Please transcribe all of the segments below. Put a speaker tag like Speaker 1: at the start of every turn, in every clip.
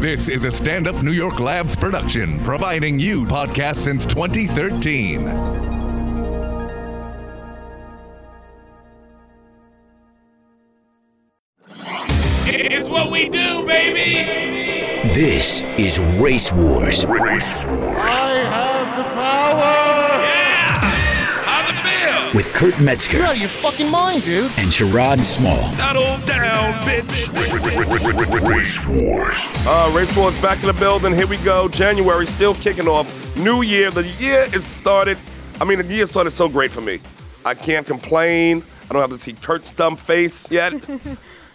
Speaker 1: This is a stand up New York Labs production, providing you podcasts since 2013.
Speaker 2: It's what we do, baby.
Speaker 3: This is Race Wars
Speaker 2: Yeah. How's it feel?
Speaker 3: with Kurt Metzger
Speaker 4: out of your fucking mind, dude.
Speaker 3: and Sherrod Small.
Speaker 2: Settle down, bitch.
Speaker 5: Uh, Race Wars back in the building. Here we go. January still kicking off. New year. The year is started. I mean, the year started so great for me. I can't complain. I don't have to see Kurt's dumb face yet.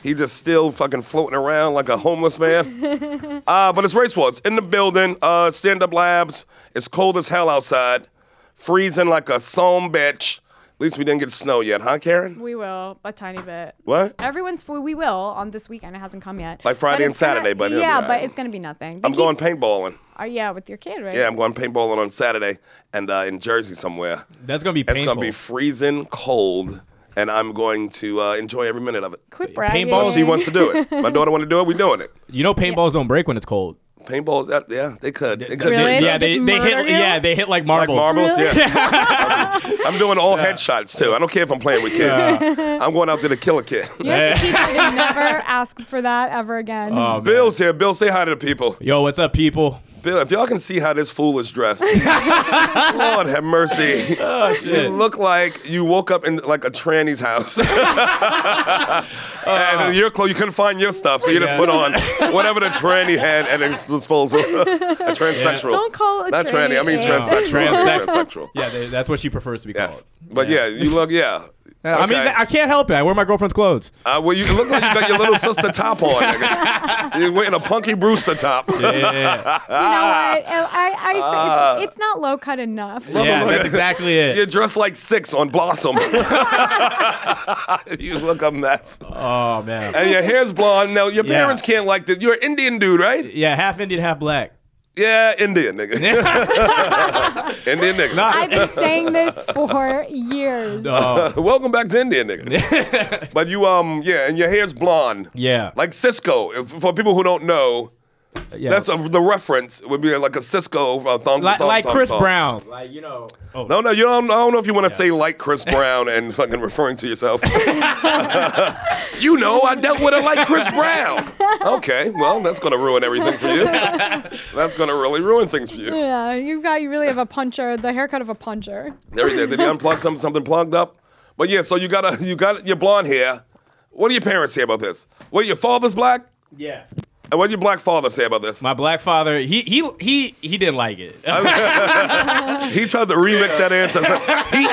Speaker 5: he just still fucking floating around like a homeless man. Uh, but it's Race Wars in the building. Uh, Stand Up Labs. It's cold as hell outside. Freezing like a some bitch. At least we didn't get snow yet, huh, Karen?
Speaker 6: We will a tiny bit.
Speaker 5: What?
Speaker 6: Everyone's for we will on this weekend. It hasn't come yet.
Speaker 5: Like Friday and
Speaker 6: it's gonna-
Speaker 5: Saturday, but it'll be
Speaker 6: yeah,
Speaker 5: all right.
Speaker 6: but it's gonna be nothing. They
Speaker 5: I'm
Speaker 6: keep-
Speaker 5: going paintballing.
Speaker 6: uh, yeah, with your kid, right?
Speaker 5: Yeah, I'm going paintballing on Saturday and uh, in Jersey somewhere.
Speaker 7: That's gonna be
Speaker 5: It's
Speaker 7: painful.
Speaker 5: gonna be freezing cold, and I'm going to uh, enjoy every minute of it.
Speaker 6: Quit bragging.
Speaker 7: Paintball,
Speaker 5: She wants to do it. My daughter want to do it. We doing it.
Speaker 7: you know, paintballs don't break when it's cold.
Speaker 5: Paintballs. That, yeah, they could. They could.
Speaker 6: Really?
Speaker 5: do
Speaker 7: Yeah,
Speaker 5: that.
Speaker 7: they,
Speaker 6: Just
Speaker 7: they hit.
Speaker 6: murder you?
Speaker 7: Yeah, they hit like
Speaker 5: like
Speaker 7: marbles.
Speaker 5: marbles. Yeah. I'm doing all headshots too. I don't care if I'm playing with kids. I'm going out there to kill a kid.
Speaker 6: You have to teach her to never ask for that ever again.
Speaker 7: Oh, man.
Speaker 5: Bill's here. Bill, say hi to the people.
Speaker 7: Yo, what's up, people?
Speaker 5: Bill, if y'all can see how this fool is dressed, Lord have mercy. You look like you woke up in like a tranny's house. and your clothes, you couldn't find your stuff, so you just
Speaker 7: Uh. Yeah.
Speaker 5: put on whatever the tranny had at its disposal. a transsexual.
Speaker 6: Don't call it a
Speaker 5: Not tranny, I mean
Speaker 6: tranny, Abe.
Speaker 5: transsexual.
Speaker 7: Transsex-
Speaker 5: transsexual.
Speaker 7: Yeah, they, that's what she prefers to be
Speaker 5: Yes.
Speaker 7: called.
Speaker 5: But yeah. you look, yeah.
Speaker 7: Yeah, I mean,
Speaker 5: Okay.
Speaker 7: th- I can't help it. I wear my girlfriend's clothes.
Speaker 5: Uh, well, you look like you got your little sister top on. nigga. You're wearing a Punky Brewster top.
Speaker 7: Yeah,
Speaker 6: You know
Speaker 5: Ah.
Speaker 6: what? I, I, I- it's, it's not low cut enough.
Speaker 7: yeah that's exactly it.
Speaker 5: You're dressed like six on Blossom. you look a mess.
Speaker 7: Oh man.
Speaker 5: And your hair's blonde. Now your
Speaker 7: Yeah.
Speaker 5: parents can't like this. You're an Indian dude, right?
Speaker 7: Yeah, half Indian, half black.
Speaker 5: Yeah, Indian nigga. Indian nigga.
Speaker 6: I've been saying this for years.
Speaker 7: Oh,
Speaker 5: Welcome back to Indian nigga. but you um yeah, and your hair's blonde.
Speaker 7: yeah.
Speaker 5: Like Cisco. If, for people who don't know,
Speaker 7: yeah.
Speaker 5: that's a, the reference would be like a Cisco uh, thumb,
Speaker 7: like,
Speaker 5: thumb,
Speaker 7: like
Speaker 5: thumb,
Speaker 7: Chris
Speaker 5: thumb.
Speaker 7: Brown. Like you know. Oh.
Speaker 5: No, no, you don't, I don't know if you want to say like Chris Brown and fucking referring to yourself. you know, I dealt with it like Chris Brown. Okay, well, that's going to ruin everything for you. That's going to really ruin things for you.
Speaker 6: Yeah, you got you really have a puncher, the haircut of a puncher.
Speaker 5: There, there, did you unplug something, something plugged up? But yeah, so you got a, you got your blonde hair. What do your parents say about this? What your father's black?
Speaker 7: Yeah.
Speaker 5: And what did your black father say about this?
Speaker 7: My black father, he he he he didn't like it.
Speaker 5: He tried to remix that answer. It's like,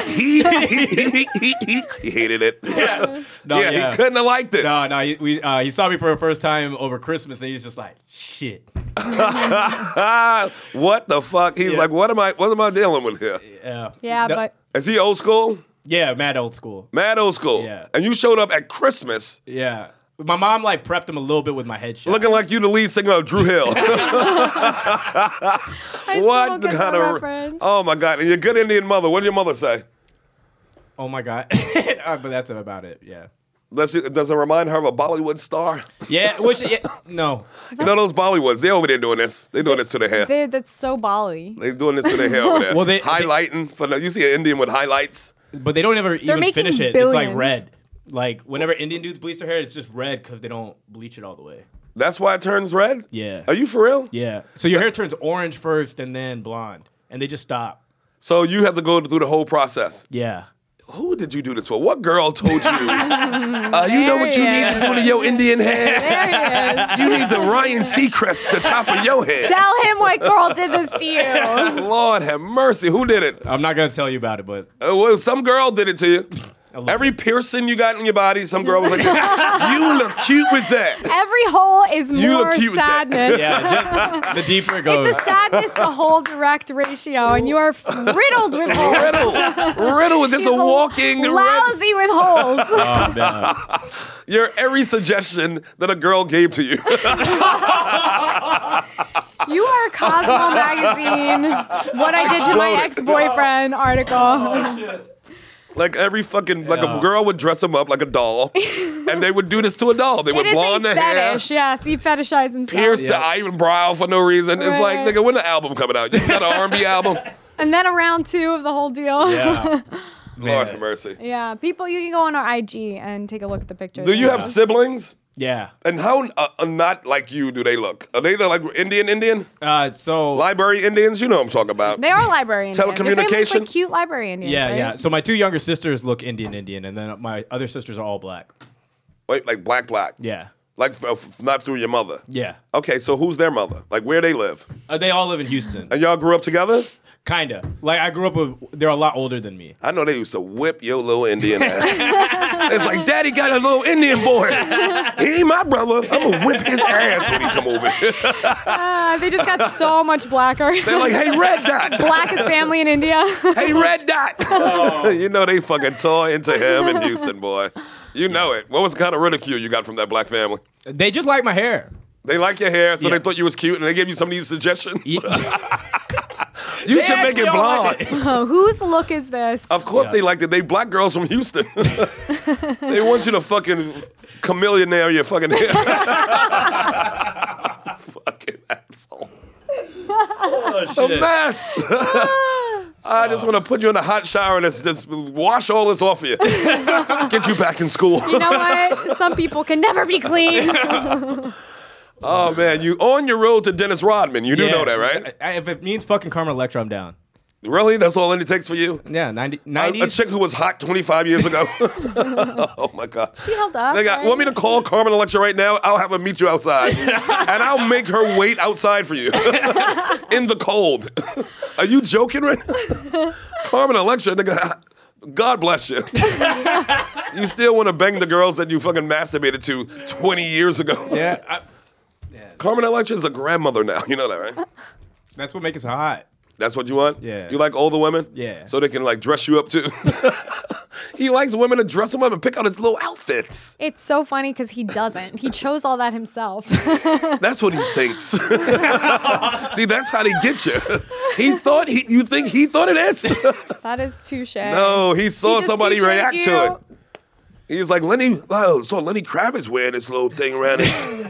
Speaker 5: he, he, he, he, he, he, he, he hated it. Yeah,
Speaker 7: No,
Speaker 5: he couldn't have liked it.
Speaker 7: Oh, No, no, he, we, uh, he saw me for the first time over Christmas, and he was just like, "Shit."
Speaker 5: Ah, what the fuck? He's
Speaker 7: Yeah.
Speaker 5: like, what am I? What am I dealing with here?
Speaker 7: Yeah,
Speaker 6: Yeah,
Speaker 7: No-
Speaker 6: but
Speaker 5: Is he old school?
Speaker 7: yeah, mad old school.
Speaker 5: Mad old school.
Speaker 7: Yeah.
Speaker 5: And you showed up at Christmas
Speaker 7: Yeah, my mom like prepped him a little bit with my headshot.
Speaker 5: looking like you the lead singer of Drew Hill.
Speaker 6: I still
Speaker 5: what
Speaker 6: get the reference.
Speaker 5: Oh my god! And your good Indian mother. What did your mother say?
Speaker 7: oh my god, Uh, but that's about it. Yeah,
Speaker 5: Does it, does it remind her of a Bollywood star?
Speaker 7: yeah, which yeah, no,
Speaker 5: You know those Bollywoods. They over there doing this. They doing this to their hair.
Speaker 6: they, that's so Bali.
Speaker 5: They doing this to their hair over there.
Speaker 7: Well, they- they-
Speaker 5: highlighting for the, you see an Indian with highlights.
Speaker 7: but they don't ever even
Speaker 6: making
Speaker 7: finish it. It's like
Speaker 6: billions.
Speaker 7: red. Like whenever Indian dudes bleach their hair, it's just red because they don't bleach it all the way.
Speaker 5: That's why it turns red.
Speaker 7: Yeah.
Speaker 5: Are you for real?
Speaker 7: Yeah, so your hair turns orange first and then blonde, and they just stop.
Speaker 5: So you have to go through the whole process.
Speaker 7: Yeah.
Speaker 5: Who did you do this for? What girl told you? uh, you know what you need to do to your Indian head?
Speaker 6: There he is.
Speaker 5: You need the Ryan Seacrest, the top of your head.
Speaker 6: Tell him what girl did this to you.
Speaker 5: Lord have mercy. Who did it?
Speaker 7: I'm not gonna tell you about it, but
Speaker 5: Uh, well, some girl did it to you.
Speaker 7: love
Speaker 5: Every piercing you got in your body, some girl was like, "You look cute with that."
Speaker 6: Every hole is
Speaker 5: You look
Speaker 6: more
Speaker 5: cute with that.
Speaker 6: sadness.
Speaker 7: yeah, just, the deeper it goes.
Speaker 6: It's a sadness to whole direct ratio, and you are f- riddled with holes.
Speaker 5: Riddle, riddle. This
Speaker 6: He's
Speaker 5: a walking. red-
Speaker 6: lousy with holes.
Speaker 7: Oh, man.
Speaker 5: Your every suggestion that a girl gave to you.
Speaker 6: You are Cosmo magazine. What I did to my ex-boyfriend article.
Speaker 5: Like every fucking like a
Speaker 7: Yeah.
Speaker 5: girl would dress him up like a doll, and they would do this to a doll. They would
Speaker 6: It is a
Speaker 5: blonde the hair,
Speaker 6: fetish. Yes, he fetishized himself.
Speaker 5: pierce the eyebrow for no reason. It's like,
Speaker 6: Right.
Speaker 5: nigga, when the album coming out? You got an R&B album?
Speaker 6: And then a round two of the whole deal.
Speaker 7: Yeah.
Speaker 5: Lord have mercy.
Speaker 6: Yeah, people, you can go on our IG and take a look at the pictures.
Speaker 5: Do you have siblings?
Speaker 7: Yeah.
Speaker 5: And how uh, uh, not like you do they look? Are they the, like Indian Indian?
Speaker 7: Uh, so
Speaker 5: Library Indians? You know what I'm talking about.
Speaker 6: They are librarians.
Speaker 5: Telecommunication?
Speaker 6: like cute library Indians.
Speaker 7: yeah,
Speaker 6: right?
Speaker 7: yeah. So my two younger sisters look Indian, Indian, and then my other sisters are all black.
Speaker 5: Wait, like black black.
Speaker 7: Yeah.
Speaker 5: Like f- f- not through your mother.
Speaker 7: Yeah.
Speaker 5: Okay, so who's their mother? Like where they live?
Speaker 7: Uh, they all live in Houston.
Speaker 5: And y'all grew up together?
Speaker 7: Kinda. Like I grew up with. They're a lot older than me.
Speaker 5: I know they used to whip your little Indian ass. it's like, Daddy got a little Indian boy. He ain't my brother. I'm gonna whip his ass when he come over.
Speaker 6: Uh, they just got so much blacker.
Speaker 5: They're like, Hey, Red Dot.
Speaker 6: Blackest family in India.
Speaker 5: Hey, Red Dot.
Speaker 7: Oh.
Speaker 5: you know they fucking tore into him in Houston, boy. You know it. What was the kind of ridicule you got from that black family?
Speaker 7: They just like my hair.
Speaker 5: They like your hair, so
Speaker 7: Yeah.
Speaker 5: they thought you was cute, and they gave you some of these suggestions. you should
Speaker 7: actually
Speaker 5: make it
Speaker 7: don't
Speaker 5: blonde.
Speaker 7: like
Speaker 6: Oh, whose look is this?
Speaker 5: Of course they liked it. They black girls from Houston. they want you to fucking chameleon nail your fucking hair. fucking asshole.
Speaker 7: Oh,
Speaker 5: A mess. I just want to put you in a hot shower and just, just wash all this off of you. Get you back in school.
Speaker 6: You know what? Some people can never be clean.
Speaker 5: oh man, you on your road to Dennis Rodman. You do know that, right?
Speaker 7: I, I- if it means fucking Karma Electra, I'm down.
Speaker 5: Really? That's all it takes for you?
Speaker 7: Yeah, 90,
Speaker 5: A,
Speaker 7: 90s.
Speaker 5: a chick who was hot 25 years ago. oh my god.
Speaker 6: She held up.
Speaker 5: Nigga,
Speaker 6: right?
Speaker 5: want me to call Carmen Electra right now? I'll have her meet you outside. and I'll make her wait outside for you in the cold. Are you joking right now? Carmen Electra, nigga, God bless you. you still want to bang the girls that you fucking masturbated to 20 years ago.
Speaker 7: yeah, I,
Speaker 5: Carmen Electra is a grandmother now. You know that, right?
Speaker 7: that's what makes us hot.
Speaker 5: That's what you want?
Speaker 7: Yeah.
Speaker 5: You like older women?
Speaker 7: Yeah.
Speaker 5: So they can like dress you up too. he likes women to dress him up and pick out his little outfits.
Speaker 6: It's so funny because he doesn't. He chose all that himself.
Speaker 5: That's what he thinks. See, that's how they get you. He thought he, you think he thought it is.
Speaker 6: that is touche.
Speaker 5: no, Oh, he
Speaker 6: He
Speaker 5: saw
Speaker 6: just
Speaker 5: somebody
Speaker 6: touche'd
Speaker 5: react
Speaker 6: you.
Speaker 5: to it. He's like Lenny. Oh, so Lenny Kravitz wearing this little thing around his.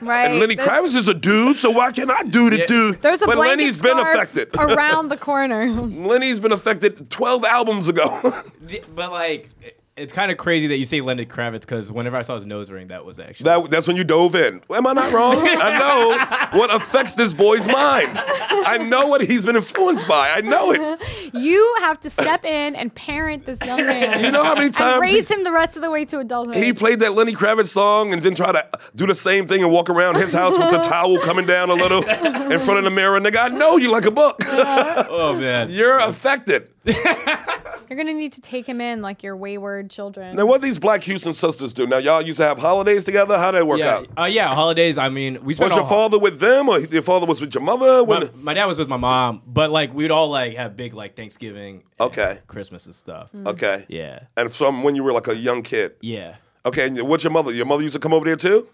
Speaker 6: Right.
Speaker 5: Lenny
Speaker 6: That's-
Speaker 5: Kravitz is a dude, so why can't I do the
Speaker 7: Yeah.
Speaker 5: dude?
Speaker 6: There's a
Speaker 5: but
Speaker 6: blanket
Speaker 5: Lenny's been
Speaker 6: scarf
Speaker 5: affected.
Speaker 6: around the corner.
Speaker 5: Lenny's been affected 12 albums ago.
Speaker 7: D- But like, it- it's kind of crazy that you say Lenny Kravitz because whenever I saw his nose ring, that was actually.
Speaker 5: That, that's when you dove in. Am I not wrong? I know what affects this boy's mind. I know what he's been influenced by. I know it.
Speaker 6: You have to step in and parent this young man.
Speaker 5: You know how many
Speaker 6: and
Speaker 5: times he-
Speaker 6: raise him the rest of the way to adulthood.
Speaker 5: He played that Lenny Kravitz song and then try to do the same thing and walk around his house with the towel coming down a little in front of the mirror. Nigga, I know you like a book.
Speaker 7: oh man.
Speaker 5: You're affected.
Speaker 6: You're gonna need to take him in like your wayward children.
Speaker 5: Now, what these black Houston sisters do? Now, y'all used to have holidays together. How did it work
Speaker 7: Yeah,
Speaker 5: out?
Speaker 7: uh, yeah. Holidays. I mean, we spent
Speaker 5: Was your
Speaker 7: all-
Speaker 5: father with them or your father was with your mother? When,
Speaker 7: My, my dad was with my mom, but like we'd all like have big like Thanksgiving, and
Speaker 5: Okay.
Speaker 7: Christmas and stuff.
Speaker 5: okay.
Speaker 7: Yeah,
Speaker 5: And from when you were like a young kid.
Speaker 7: yeah,
Speaker 5: Okay, and what's your mother? Your mother used to come over there too?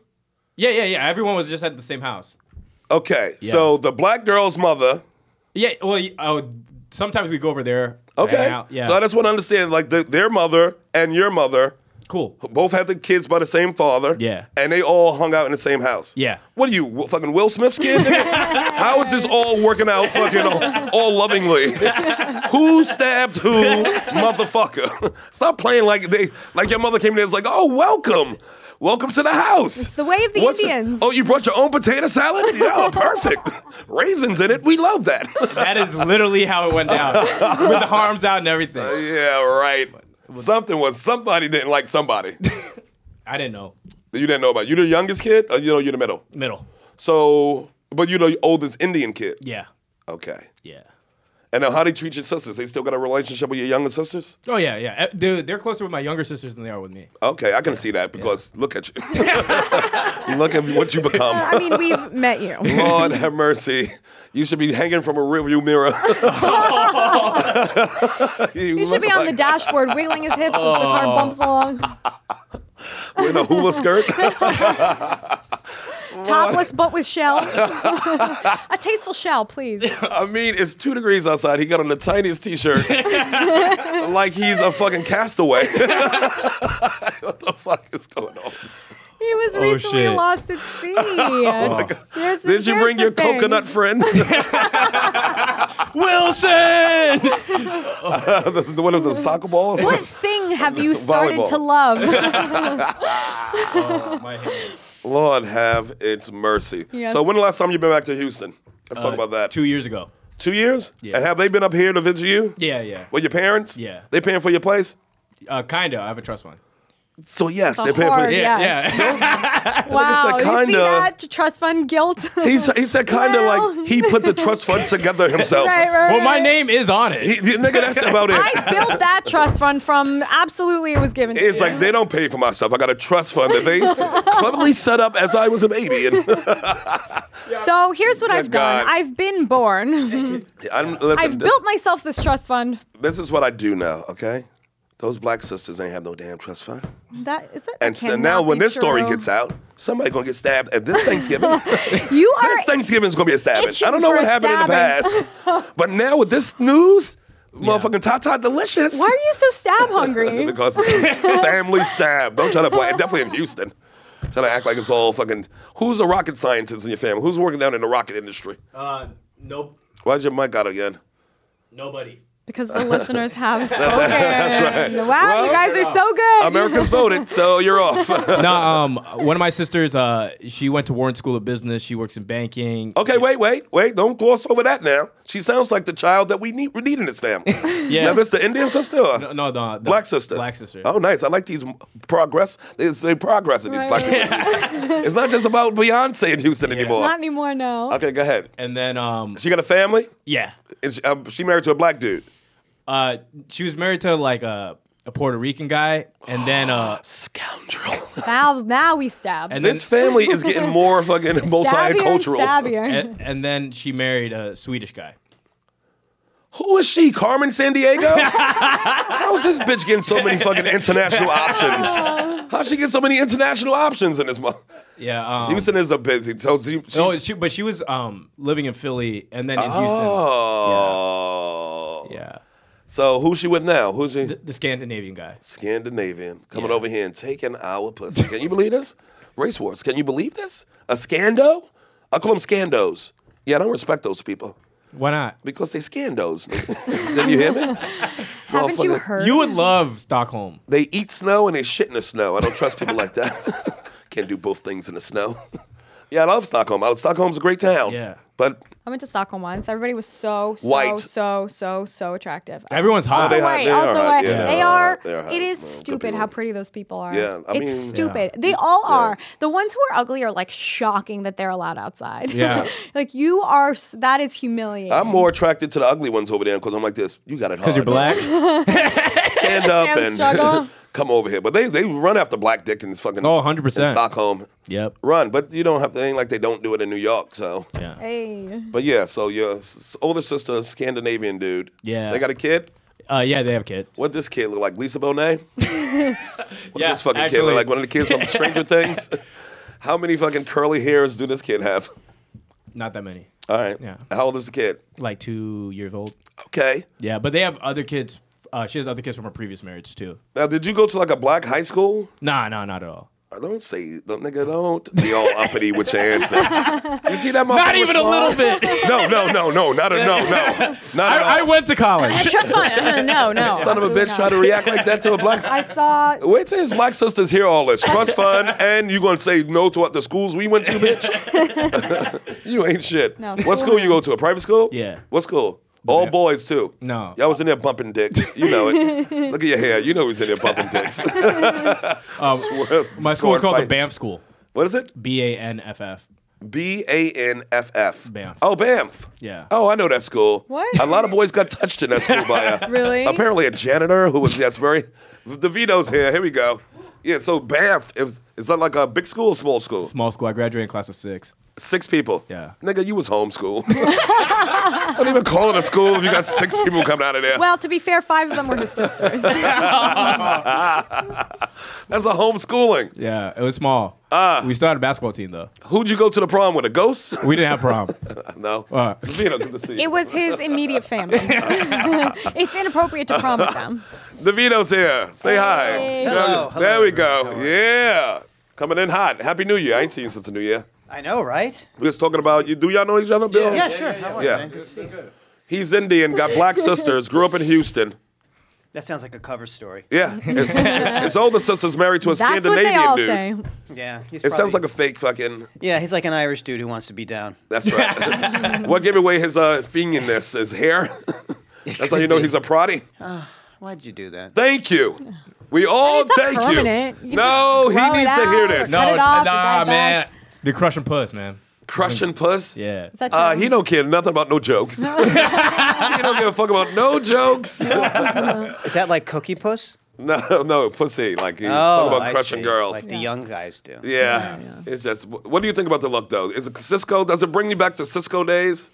Speaker 7: yeah, yeah, yeah. Everyone was just at the same house.
Speaker 5: Okay, so the black girl's mother.
Speaker 7: Yeah, well, y- oh, sometimes we go over there. to
Speaker 5: Okay,
Speaker 7: hang out. yeah,
Speaker 5: so I just want to understand like the, their mother and your mother
Speaker 7: cool.
Speaker 5: both had the kids by the same father.
Speaker 7: Yeah.
Speaker 5: and they all hung out in the same house.
Speaker 7: Yeah.
Speaker 5: what are you Wi- fucking Will Smith's kid? nigga? How is this all working out fucking all, all lovingly? who stabbed who, motherfucker? Stop playing like they like your mother came in there. It's like, oh, welcome. Welcome to the house. It's
Speaker 6: the way of the Indians.
Speaker 5: Oh, you brought your own potato salad? Yeah, perfect. Raisins in it. We love that.
Speaker 7: That is literally how it went down with the arms out and everything.
Speaker 5: Oh, yeah, right. Something was somebody didn't like somebody that
Speaker 7: I didn't know.
Speaker 5: you didn't know about. You the youngest kid, or you know you're the middle.
Speaker 7: Middle.
Speaker 5: So, but you the oldest Indian kid.
Speaker 7: Yeah.
Speaker 5: Okay.
Speaker 7: Yeah.
Speaker 5: And now, how they treat your sisters? They still got a relationship with your younger sisters?
Speaker 7: Oh yeah, yeah. Uh, Dude, they're closer with my younger sisters than they are with me.
Speaker 5: Okay, I can see that because look at you, look at what you become.
Speaker 6: Uh, I mean, we've met you.
Speaker 5: Lord have mercy. You should be hanging from a rearview mirror. you
Speaker 6: You should
Speaker 5: look
Speaker 6: be on the
Speaker 5: like-
Speaker 6: dashboard wiggling his hips as the
Speaker 5: Oh.
Speaker 6: car bumps along.
Speaker 5: in a hula skirt.
Speaker 6: Top topless but with shell. a tasteful shell, please.
Speaker 5: I mean, it's two degrees outside. He got on the tiniest t-shirt, like he's a fucking castaway. what the fuck is going on?
Speaker 6: He
Speaker 5: Oh,
Speaker 6: was recently
Speaker 7: shit.
Speaker 6: lost at sea. oh my God.
Speaker 5: Did you bring your coconut friend?
Speaker 7: Wilson.
Speaker 5: the one was the soccer ball.
Speaker 6: What thing have you started
Speaker 5: Volleyball.
Speaker 6: to love?
Speaker 7: My hand.
Speaker 5: Lord have its mercy.
Speaker 6: Yes.
Speaker 5: So when the last time you been back to Houston? Let's talk about that.
Speaker 7: Two years ago.
Speaker 5: Two years?
Speaker 7: Yeah.
Speaker 5: And have they been up here to visit you?
Speaker 7: Yeah, yeah.
Speaker 5: Well, your parents?
Speaker 7: Yeah.
Speaker 5: They paying for your place?
Speaker 7: Uh, kinda. I have a trust fund.
Speaker 5: So yes, they're
Speaker 6: The
Speaker 5: paying for.
Speaker 6: hard-
Speaker 7: Yeah,
Speaker 6: Yes.
Speaker 7: yeah.
Speaker 6: wow, you see
Speaker 5: kinda-
Speaker 6: that? Trust fund guilt.
Speaker 5: He said, he said kind of
Speaker 6: Well.
Speaker 5: like he put the trust fund together himself.
Speaker 6: Right, right,
Speaker 7: well, my
Speaker 6: right.
Speaker 7: name is on it.
Speaker 5: He- nigga, that's about it.
Speaker 6: I built that trust fund from absolutely it was given to
Speaker 5: It's
Speaker 6: me.
Speaker 5: like they don't pay for my stuff. I got a trust fund that they s- cleverly set up as I was a baby. And
Speaker 6: So here's what
Speaker 5: Good
Speaker 6: I've done.
Speaker 5: God.
Speaker 6: I've been born.
Speaker 5: I'm, listen,
Speaker 6: I've
Speaker 5: this,
Speaker 6: built myself this trust fund.
Speaker 5: this is what I do now. Okay, those black sisters ain't have no damn trust fund.
Speaker 6: That is that.
Speaker 5: And
Speaker 6: that
Speaker 5: so
Speaker 6: cannot
Speaker 5: now, when
Speaker 6: be
Speaker 5: this story
Speaker 6: true.
Speaker 5: gets out, somebody gonna get stabbed at this Thanksgiving.
Speaker 6: you are.
Speaker 5: this Thanksgiving's gonna be a stabbing. I don't know
Speaker 6: for
Speaker 5: what
Speaker 6: a
Speaker 5: happened in the past, but now with this news, motherfucking Tata delicious.
Speaker 6: why are you so stab hungry?
Speaker 5: because it's family stab. Don't try to play. Definitely in Houston. Try to act like it's all fucking. Who's a rocket scientist in your family? Who's working down in the rocket industry?
Speaker 7: Uh, nope.
Speaker 5: Why'd your mic out again?
Speaker 7: Nobody.
Speaker 6: because the listeners have spoken. That's right. Wow, you guys are so good.
Speaker 5: Americans voted, so you're off.
Speaker 7: Nah. Um. One of my sisters. Uh. She went to Warren School of Business. She works in banking.
Speaker 5: okay, wait, wait, wait. Don't gloss over that now. She sounds like the child that we need, we need in this family.
Speaker 7: Yeah.
Speaker 5: Now, this the Indian sister? Or?
Speaker 7: No, no, no, no.
Speaker 5: Black sister.
Speaker 7: Black sister.
Speaker 5: Oh, nice. I like these m- progress. It's, they progress in these black
Speaker 6: Right.
Speaker 5: people. It's not just about Beyonce in Houston anymore.
Speaker 6: Not anymore, no.
Speaker 5: okay, go ahead.
Speaker 7: And then um.
Speaker 5: She got a family?
Speaker 7: Yeah.
Speaker 5: And she, um, she married to a black dude.
Speaker 7: Uh. She was married to like a a Puerto Rican guy, and then uh.
Speaker 5: Scoundrel.
Speaker 6: Now, now we stab.
Speaker 7: And
Speaker 5: This family is getting more fucking
Speaker 6: Stabbier and
Speaker 5: multicultural.
Speaker 6: stabbier.
Speaker 7: and, and then she married a Swedish guy.
Speaker 5: Who is she? Carmen San Diego? How's this bitch getting so many fucking international options? How's she get so many international options in this month?
Speaker 7: Yeah. Um,
Speaker 5: Houston is a busy. So she, she's,
Speaker 7: No, she, but she was um living in Philly and then in Houston.
Speaker 5: oh.
Speaker 7: Yeah.
Speaker 5: So who's she with now? Who's she?
Speaker 7: The Scandinavian guy.
Speaker 5: Scandinavian coming
Speaker 7: Yeah.
Speaker 5: over here and taking our pussy. Can you believe this? Race wars. Can you believe this? A scando? I call them scandos. Yeah, I don't respect those people
Speaker 7: Why not?
Speaker 5: because they scandos. Didn't you hear me?
Speaker 6: Haven't you
Speaker 5: motherfucker.
Speaker 6: heard?
Speaker 7: You would love Stockholm.
Speaker 5: They eat snow and they shit in the snow. I don't trust people like that. Can't do both things in the snow. yeah, I love Stockholm. I- Stockholm's a great town.
Speaker 7: Yeah.
Speaker 5: But
Speaker 6: I went to Stockholm once. Everybody was so, so,
Speaker 5: White.
Speaker 6: so, so, so attractive.
Speaker 7: Everyone's hot.
Speaker 5: they
Speaker 6: Also
Speaker 5: hot.
Speaker 6: white,
Speaker 5: They are
Speaker 6: also
Speaker 5: hot.
Speaker 6: white.
Speaker 5: Yeah,
Speaker 6: They
Speaker 5: they're
Speaker 6: are.
Speaker 5: hot. They're hot.
Speaker 6: It is
Speaker 5: Well, good
Speaker 6: stupid
Speaker 5: people.
Speaker 6: how pretty those people are.
Speaker 5: Yeah, I
Speaker 6: it's
Speaker 5: mean-
Speaker 6: stupid. They all are. The ones who are ugly are like shocking that they're allowed outside.
Speaker 7: Yeah.
Speaker 6: like you are. s- That is humiliating.
Speaker 5: I'm more attracted to the ugly ones over there because I'm like this. You got it hard.
Speaker 7: Because you're black.
Speaker 5: Stand up
Speaker 6: Sam
Speaker 5: and
Speaker 6: struggle.
Speaker 5: come over here. But they, they run after black dick in this fucking
Speaker 7: Oh, 100%.
Speaker 5: in Stockholm.
Speaker 7: yep.
Speaker 5: Run, but you don't have to. Ain't like they don't do it in New York. So,
Speaker 7: Yeah.
Speaker 6: Hey.
Speaker 5: but yeah. So your s- older sister, Scandinavian dude.
Speaker 7: Yeah.
Speaker 5: They got a kid.
Speaker 7: Uh, yeah, they have kids.
Speaker 5: What this kid look like? Lisa Bonet. What
Speaker 7: yeah,
Speaker 5: this fucking kid look like? One of the kids from Stranger Things. How many fucking curly hairs do this kid have?
Speaker 7: Not that many.
Speaker 5: All right.
Speaker 7: Yeah.
Speaker 5: How old is the kid?
Speaker 7: Like two years old.
Speaker 5: Okay.
Speaker 7: Yeah, but they have other kids. Uh, she has other kids from her previous marriage too.
Speaker 5: Now, did you go to like a black high school?
Speaker 7: Nah, nah, not at all.
Speaker 5: I don't say, don't nigga, don't be all uppity with your answer. You see that?
Speaker 7: Not even a little bit.
Speaker 5: No, no, no, no, not a no, no, not at all.
Speaker 7: I, I went to college.
Speaker 6: Trust fund. No, no.
Speaker 5: Son of a bitch, try to react like that to a black.
Speaker 6: I saw.
Speaker 5: Wait till his black sisters hear all this. Trust fund, and you gonna say no to what the schools we went to, bitch? you ain't shit.
Speaker 6: No,
Speaker 5: what
Speaker 6: school
Speaker 5: school you
Speaker 6: no.
Speaker 5: go to? A private school?
Speaker 7: Yeah.
Speaker 5: What school? All boys too.
Speaker 7: No.
Speaker 5: Y'all was in there bumping dicks. You know it. Look at your hair. You know he's in there bumping dicks.
Speaker 7: Um, my school was
Speaker 5: Sword
Speaker 7: called the
Speaker 5: fight.
Speaker 7: Banff School.
Speaker 5: What is it?
Speaker 7: B A N F F.
Speaker 5: B A N F F.
Speaker 7: Banff.
Speaker 5: Oh, Banff.
Speaker 7: Yeah.
Speaker 5: Oh, I know that school.
Speaker 6: What?
Speaker 5: A lot of boys got touched in that school by a
Speaker 6: Really?
Speaker 5: apparently a janitor who was yes very. DeVito's here. Here we go. Yeah, so Bath is is that like a big school, or small school,
Speaker 8: Small school. I graduated in class of six.
Speaker 5: six people.
Speaker 8: Yeah.
Speaker 5: nigga, you was homeschooled. Don't even call it a school if you got six people coming out of there.
Speaker 6: Well, to be fair, five of them were his sisters.
Speaker 5: That's a homeschooling.
Speaker 8: Yeah, it was small.
Speaker 6: Ah.
Speaker 8: we still had a basketball team though.
Speaker 5: Who'd you go to the prom with? A ghost?
Speaker 8: We didn't have prom.
Speaker 5: no.
Speaker 8: Uh,
Speaker 5: Davina, good to see you.
Speaker 6: it was his immediate family. it's inappropriate to prom with them.
Speaker 5: Davito's here. Say hi.
Speaker 6: Hey.
Speaker 9: Hello,
Speaker 5: There
Speaker 9: hello,
Speaker 5: we go.
Speaker 9: everyone. How are you?
Speaker 5: Yeah. Coming in hot. Happy New Year. I ain't seen you since the New Year.
Speaker 9: I know, right?
Speaker 5: We was talking about you. Do y'all know each other, Bill?
Speaker 9: Yeah, sure. How are
Speaker 5: yeah.
Speaker 9: you, man? Good to see you.
Speaker 5: He's Indian, got black sisters, grew up in Houston.
Speaker 9: That sounds like a cover story.
Speaker 5: Yeah. His, his older sister's married to a
Speaker 6: That's what they
Speaker 5: Scandinavian
Speaker 6: all
Speaker 5: dude.
Speaker 6: say.
Speaker 9: Yeah. He's
Speaker 5: It sounds
Speaker 9: probably-
Speaker 5: like a fake fucking.
Speaker 9: Yeah, he's like an Irish dude who wants to be down.
Speaker 5: That's right. what gave away his uh, fingerness? His hair? That's how you know he's a proddy.
Speaker 9: Why'd you do that?
Speaker 5: Thank you. We all
Speaker 6: it's not
Speaker 5: thank
Speaker 6: permanent.
Speaker 5: you.
Speaker 6: You
Speaker 5: no, he
Speaker 6: grow it
Speaker 5: needs to hear
Speaker 6: out.
Speaker 5: this.
Speaker 6: Cut it off,
Speaker 8: nah,
Speaker 6: it's
Speaker 8: man.
Speaker 6: bad.
Speaker 8: You're crushing puss, man.
Speaker 5: Crushing puss.
Speaker 8: Yeah.
Speaker 6: Such a-
Speaker 5: Uh, he don't care nothing about no jokes. he don't give a fuck about no jokes.
Speaker 9: Is that like Cookie Puss?
Speaker 5: no, no, pussy. Like he's
Speaker 9: oh,
Speaker 5: talking about
Speaker 9: I
Speaker 5: crushing
Speaker 9: see.
Speaker 5: girls.
Speaker 9: Like the young guys do.
Speaker 5: yeah. it's just. What do you think about the look though? Is it Cisco? Does it bring you back to Cisco days?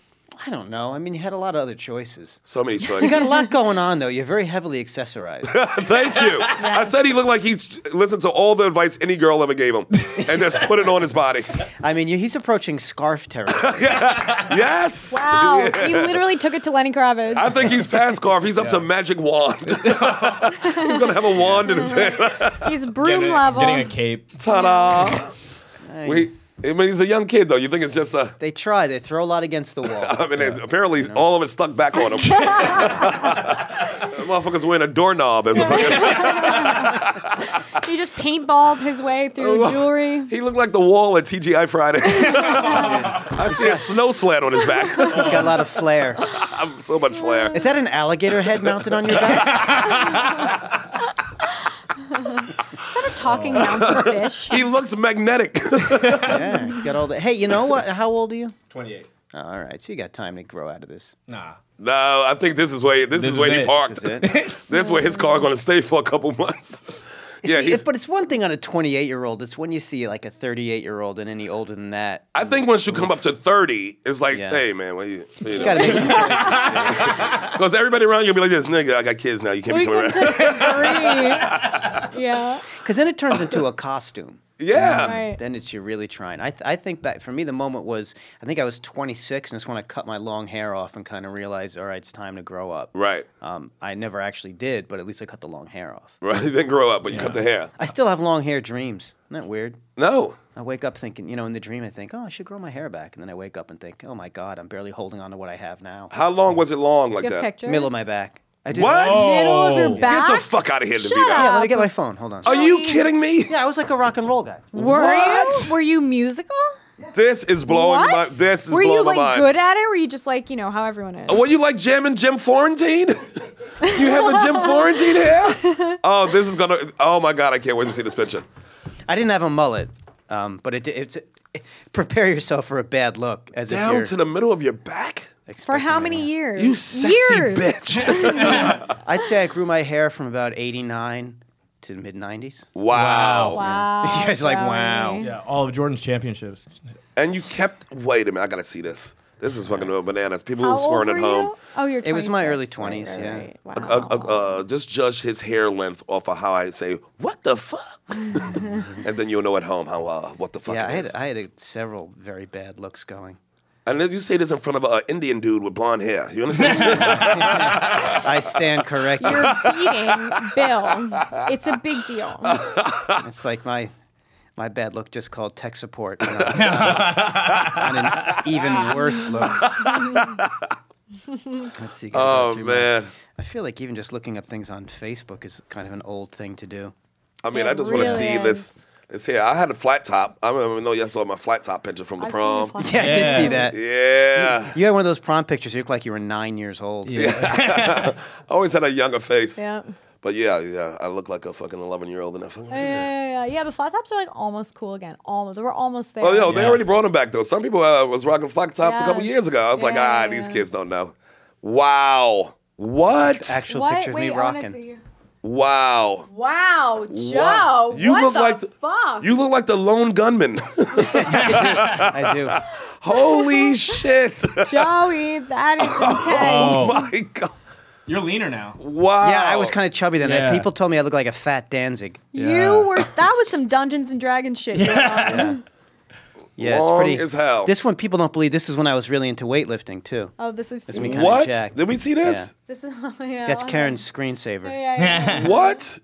Speaker 9: I don't know. I mean, you had a lot of other choices.
Speaker 5: So many
Speaker 9: You
Speaker 5: choices.
Speaker 9: got a lot going on, though. You're very heavily accessorized.
Speaker 5: Thank you. I said he looked like he's listened to all the advice any girl ever gave him, and just put it on his body.
Speaker 9: I mean, you- he's approaching scarf territory.
Speaker 5: Yes.
Speaker 6: Wow, he literally took it to Lenny Kravitz.
Speaker 5: I think he's past Garf. He's up to magic wand. he's gonna have a wand in his hand.
Speaker 6: He's broom
Speaker 8: Getting a-
Speaker 6: level.
Speaker 8: Getting a cape.
Speaker 5: Ta-da! we, I mean, he's a young kid though. You think it's just a?
Speaker 9: they try. They throw a lot against the wall.
Speaker 5: I mean, it's- apparently all of it stuck back on him. that motherfucker's wearing a doorknob as a fucking.
Speaker 6: He just paintballed his way through
Speaker 8: Oh.
Speaker 6: jewelry.
Speaker 5: He looked like the wall at TGI Fridays. I see a snow sled on his back.
Speaker 9: He's got a lot of flair.
Speaker 5: I'm so much flair.
Speaker 9: Is that an alligator head mounted on your back?
Speaker 6: What a talking mountain fish.
Speaker 5: He looks magnetic.
Speaker 9: Yeah, he's got all the. Hey, you know what? How old are you?
Speaker 8: 28.
Speaker 9: Oh, all right, so you got time to grow out of this.
Speaker 8: Nah.
Speaker 5: no, I think this is where this,
Speaker 8: This
Speaker 5: is
Speaker 8: is
Speaker 5: where he
Speaker 8: it.
Speaker 5: parked.
Speaker 9: Is it?
Speaker 5: This is where his car gonna stay for a couple months. Yeah,
Speaker 9: See,
Speaker 5: he's-
Speaker 9: it's- but it's one thing on a 28 year old. It's when you see like a 38 year old and any older than that.
Speaker 5: I think once you come up to 30, it's like,
Speaker 9: Yeah.
Speaker 5: hey, man, what you, you know.
Speaker 9: Gotta make some choices.
Speaker 5: Because everybody around you will be like, this nigga, I got kids now. You can't be
Speaker 6: We
Speaker 5: coming
Speaker 6: can
Speaker 5: around.
Speaker 6: just agree. Yeah.
Speaker 9: Because then it turns into a costume. Um,
Speaker 5: yeah.
Speaker 6: Right.
Speaker 9: Then it's you're really trying. I, th- I think back for me the moment was I think I was 26 and it's when I cut my long hair off and kind of realized all right it's time to grow up.
Speaker 5: Right.
Speaker 9: Um, I never actually did, but at least I cut the long hair off.
Speaker 5: Right. You didn't grow up, but you cut the hair.
Speaker 9: I still have long hair dreams. Isn't that weird?
Speaker 5: No.
Speaker 9: I wake up thinking, you know, in the dream I think, oh, I should grow my hair back, and then I wake up and think, oh my God, I'm barely holding on to what I have now.
Speaker 5: How long was it long like
Speaker 6: Good
Speaker 5: that?
Speaker 6: pictures.
Speaker 9: Middle of my back. I did.
Speaker 5: What?
Speaker 6: Middle of
Speaker 8: Oh.
Speaker 6: your
Speaker 8: Get
Speaker 5: Get
Speaker 6: back.
Speaker 5: the fuck out of here,
Speaker 6: Shut
Speaker 5: DeVito.
Speaker 9: Yeah,
Speaker 6: up.
Speaker 9: let me get my phone. Hold on.
Speaker 5: Are you
Speaker 6: e-
Speaker 5: kidding me?
Speaker 9: Yeah, I was like a rock and roll guy.
Speaker 6: Were
Speaker 5: What?
Speaker 6: you? Were you musical?
Speaker 5: This is blowing
Speaker 6: what?
Speaker 5: my this is
Speaker 6: were
Speaker 5: blowing
Speaker 6: you
Speaker 5: my
Speaker 6: like
Speaker 5: mind. Oh,
Speaker 6: good at it? Were you just like you know how everyone is?
Speaker 5: Were you like jamming Jim Florentine? you have a Jim Florentine hair? Oh, this is gonna oh my god, I can't wait to see this picture.
Speaker 9: I didn't have a mullet, um, but it, it's prepare yourself for a bad look as if
Speaker 5: Down
Speaker 9: you're
Speaker 5: to the middle of your back?
Speaker 6: For
Speaker 9: expecting
Speaker 6: how
Speaker 9: it.
Speaker 6: many years?
Speaker 5: You sexy
Speaker 6: years.
Speaker 5: bitch.
Speaker 9: I'd say I grew my hair from about '89 to mid '90s.
Speaker 5: Wow.
Speaker 6: Wow.
Speaker 9: Oh. You guys are like,
Speaker 6: Joey.
Speaker 9: wow.
Speaker 8: Yeah, all of Jordan's championships.
Speaker 5: And you kept wait a minute, I gotta see this. This is fucking bananas. People
Speaker 6: How
Speaker 5: who swearing
Speaker 6: old
Speaker 5: at
Speaker 6: were
Speaker 5: home.
Speaker 6: you? Oh, you're. 26.
Speaker 9: It was my early
Speaker 6: Right,
Speaker 9: 20s,
Speaker 6: right,
Speaker 9: yeah.
Speaker 6: right. Wow.
Speaker 5: uh, uh, uh, just judge his hair length off of how I say "what the fuck," and then you'll know at home how uh, "what the fuck"
Speaker 9: Yeah, I
Speaker 5: it
Speaker 9: had
Speaker 5: is.
Speaker 9: I had a, several very bad looks going.
Speaker 5: and then you say this in front of an Indian dude with blonde hair. You understand?
Speaker 9: I stand corrected.
Speaker 6: You're beating Bill. It's a big deal.
Speaker 9: it's like my my bad look just called tech support on, a- on an even worse look. Let's see. gotta go
Speaker 5: oh
Speaker 9: through my-
Speaker 5: man,
Speaker 9: I feel like even just looking up things on Facebook is kind of an old thing to do.
Speaker 5: I mean,
Speaker 6: It
Speaker 5: I just want
Speaker 6: really
Speaker 5: to see this. This hair. I had a flat top. I remember, know y'all saw my flat top picture from the
Speaker 6: I've seen your
Speaker 5: prom.
Speaker 6: flash-
Speaker 9: Yeah, I
Speaker 8: Yeah.
Speaker 9: did see that.
Speaker 5: Yeah,
Speaker 9: You had one of those prom pictures. You looked like you were nine years old.
Speaker 8: Yeah.
Speaker 5: I always had a younger face.
Speaker 6: Yeah.
Speaker 5: But yeah, yeah, I look like a fucking eleven-year-old in that fucking.
Speaker 6: Yeah, yeah, yeah, yeah, but flat tops are like almost cool again. Almost, we're almost there.
Speaker 5: Oh, yo, they
Speaker 8: Yeah.
Speaker 5: already brought them back though. Some people uh, was rocking flat tops a couple
Speaker 6: Yes.
Speaker 5: years ago. I was like, ah,
Speaker 6: Yeah.
Speaker 5: these kids don't know. Wow, what?
Speaker 9: Actual
Speaker 6: what?
Speaker 9: picture of
Speaker 6: Wait,
Speaker 9: me
Speaker 6: I wanna see
Speaker 9: rocking.
Speaker 6: you.
Speaker 5: Wow.
Speaker 6: Wow, Joe.
Speaker 5: Wow. You
Speaker 6: what
Speaker 5: look
Speaker 6: the
Speaker 5: like the-
Speaker 6: fuck?
Speaker 5: You look like the lone gunman.
Speaker 9: I do.
Speaker 5: Holy shit.
Speaker 6: Joey, that is intense.
Speaker 5: Oh my god.
Speaker 8: You're leaner now.
Speaker 5: Wow.
Speaker 9: Yeah, I was kind of chubby then. I-
Speaker 8: Yeah.
Speaker 9: People told me I looked like a fat Danzig.
Speaker 8: Yeah.
Speaker 6: You were that was some Dungeons and Dragons shit. going on.
Speaker 9: Yeah,
Speaker 5: Long
Speaker 9: it's pretty
Speaker 5: as hell.
Speaker 9: This one people don't believe. This is when I was really into weightlifting too.
Speaker 6: Oh, this is
Speaker 9: me kinda
Speaker 5: What?
Speaker 9: jacked.
Speaker 5: Did we see this?
Speaker 6: this is oh, yeah,
Speaker 9: That's
Speaker 6: I-
Speaker 9: Karen's screensaver.
Speaker 6: Yeah,
Speaker 9: Yeah.
Speaker 6: yeah, yeah.
Speaker 5: What?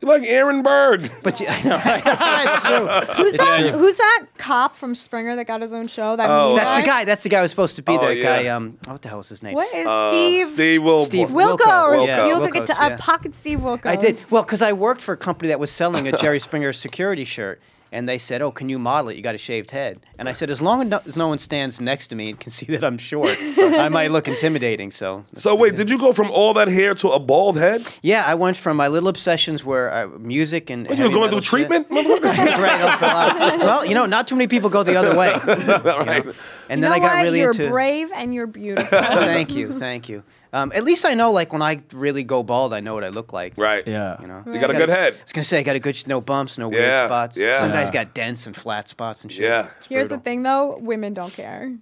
Speaker 5: You're like Aaron Bird.
Speaker 9: But you, I know, right? That's true.
Speaker 6: Who's that? Who's that cop from Springer that got his own show? That
Speaker 5: Oh,
Speaker 6: mean
Speaker 9: That's the guy. That's the guy who's supposed to be
Speaker 5: Oh,
Speaker 9: the
Speaker 5: yeah.
Speaker 9: guy. Um, what the hell is his name?
Speaker 6: What is
Speaker 5: Uh, Steve Wilborn.
Speaker 9: Steve Wil-
Speaker 6: Wilco,
Speaker 9: Wilco,
Speaker 6: or
Speaker 5: yeah,
Speaker 6: Wilco,
Speaker 9: Wilco's,
Speaker 6: guitar,
Speaker 9: yeah.
Speaker 6: pocket Steve Wilco.
Speaker 9: I did well because I worked for a company that was selling a Jerry Springer security shirt, and they said, "Oh, can you model it? You got a shaved head." And I said, "As long as no, as no one stands next to me and can see that I'm short, I might look intimidating." So,
Speaker 5: So wait, did you go from all that hair to a bald head?
Speaker 9: yeah, I went from my little obsessions where uh, music and
Speaker 5: You were
Speaker 9: heavy
Speaker 5: going
Speaker 9: metal
Speaker 5: through
Speaker 9: shit-
Speaker 5: treatment? Motherfucker?
Speaker 9: right, I'll fill out. Well, you know, not too many people go the other way.
Speaker 5: Right.
Speaker 9: And
Speaker 6: You
Speaker 9: then
Speaker 6: know
Speaker 9: I got
Speaker 6: what?
Speaker 9: really
Speaker 6: you're
Speaker 9: into.
Speaker 6: brave and you're beautiful.
Speaker 9: thank you, thank you. Um, at least I know, like, when I really go bald, I know what I look like.
Speaker 5: Right.
Speaker 8: Yeah.
Speaker 9: You know,
Speaker 5: You got a good head.
Speaker 9: I was gonna say I got a good, no bumps, no
Speaker 5: Yeah,
Speaker 9: weird spots.
Speaker 5: yeah.
Speaker 9: Some guys
Speaker 8: Yeah.
Speaker 9: got dents and flat spots and shit.
Speaker 5: Yeah.
Speaker 9: It's
Speaker 6: Here's the
Speaker 9: brutal.
Speaker 6: thing, though: women don't care.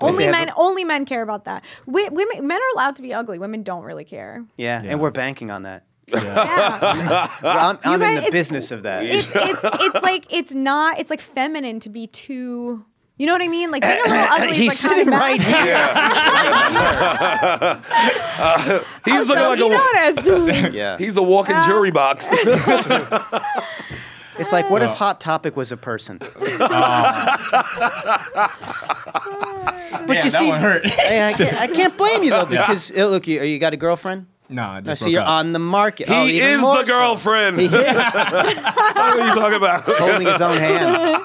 Speaker 6: Only
Speaker 9: have
Speaker 6: men,
Speaker 9: a-
Speaker 6: only men care about that. Wi women, men are allowed to be ugly. Women don't really care.
Speaker 9: Yeah,
Speaker 8: Yeah.
Speaker 9: and we're banking on
Speaker 5: Ah.
Speaker 9: that.
Speaker 6: Yeah.
Speaker 9: I'm,
Speaker 6: guys-
Speaker 9: I'm in the
Speaker 6: it's-
Speaker 9: business of that.
Speaker 5: Yeah.
Speaker 6: it's, it's it's like it's not it's like feminine to be too you know what I mean? Like being a little ugly.
Speaker 9: He's
Speaker 6: is like
Speaker 9: sitting
Speaker 6: kind of
Speaker 9: right
Speaker 6: bad.
Speaker 9: here.
Speaker 5: He's
Speaker 6: Oh, So
Speaker 5: looking
Speaker 6: he
Speaker 5: like a
Speaker 6: noticed.
Speaker 9: Yeah.
Speaker 5: he's a walking jury box.
Speaker 9: It's like,
Speaker 5: Oh.
Speaker 9: what if Hot Topic was a person? but
Speaker 8: Yeah,
Speaker 9: you
Speaker 8: that
Speaker 9: see,
Speaker 8: one hurt.
Speaker 9: I, I can't, I can't blame you though because uh, look, you, you got a girlfriend.
Speaker 8: Nah, I
Speaker 9: No,
Speaker 8: just
Speaker 9: so
Speaker 8: broke
Speaker 9: you're
Speaker 8: up.
Speaker 9: on the market. oh,
Speaker 5: he
Speaker 9: even
Speaker 5: is
Speaker 9: more
Speaker 5: the
Speaker 9: so.
Speaker 5: girlfriend.
Speaker 9: He is
Speaker 5: what are you talking about?
Speaker 9: holding his own hand.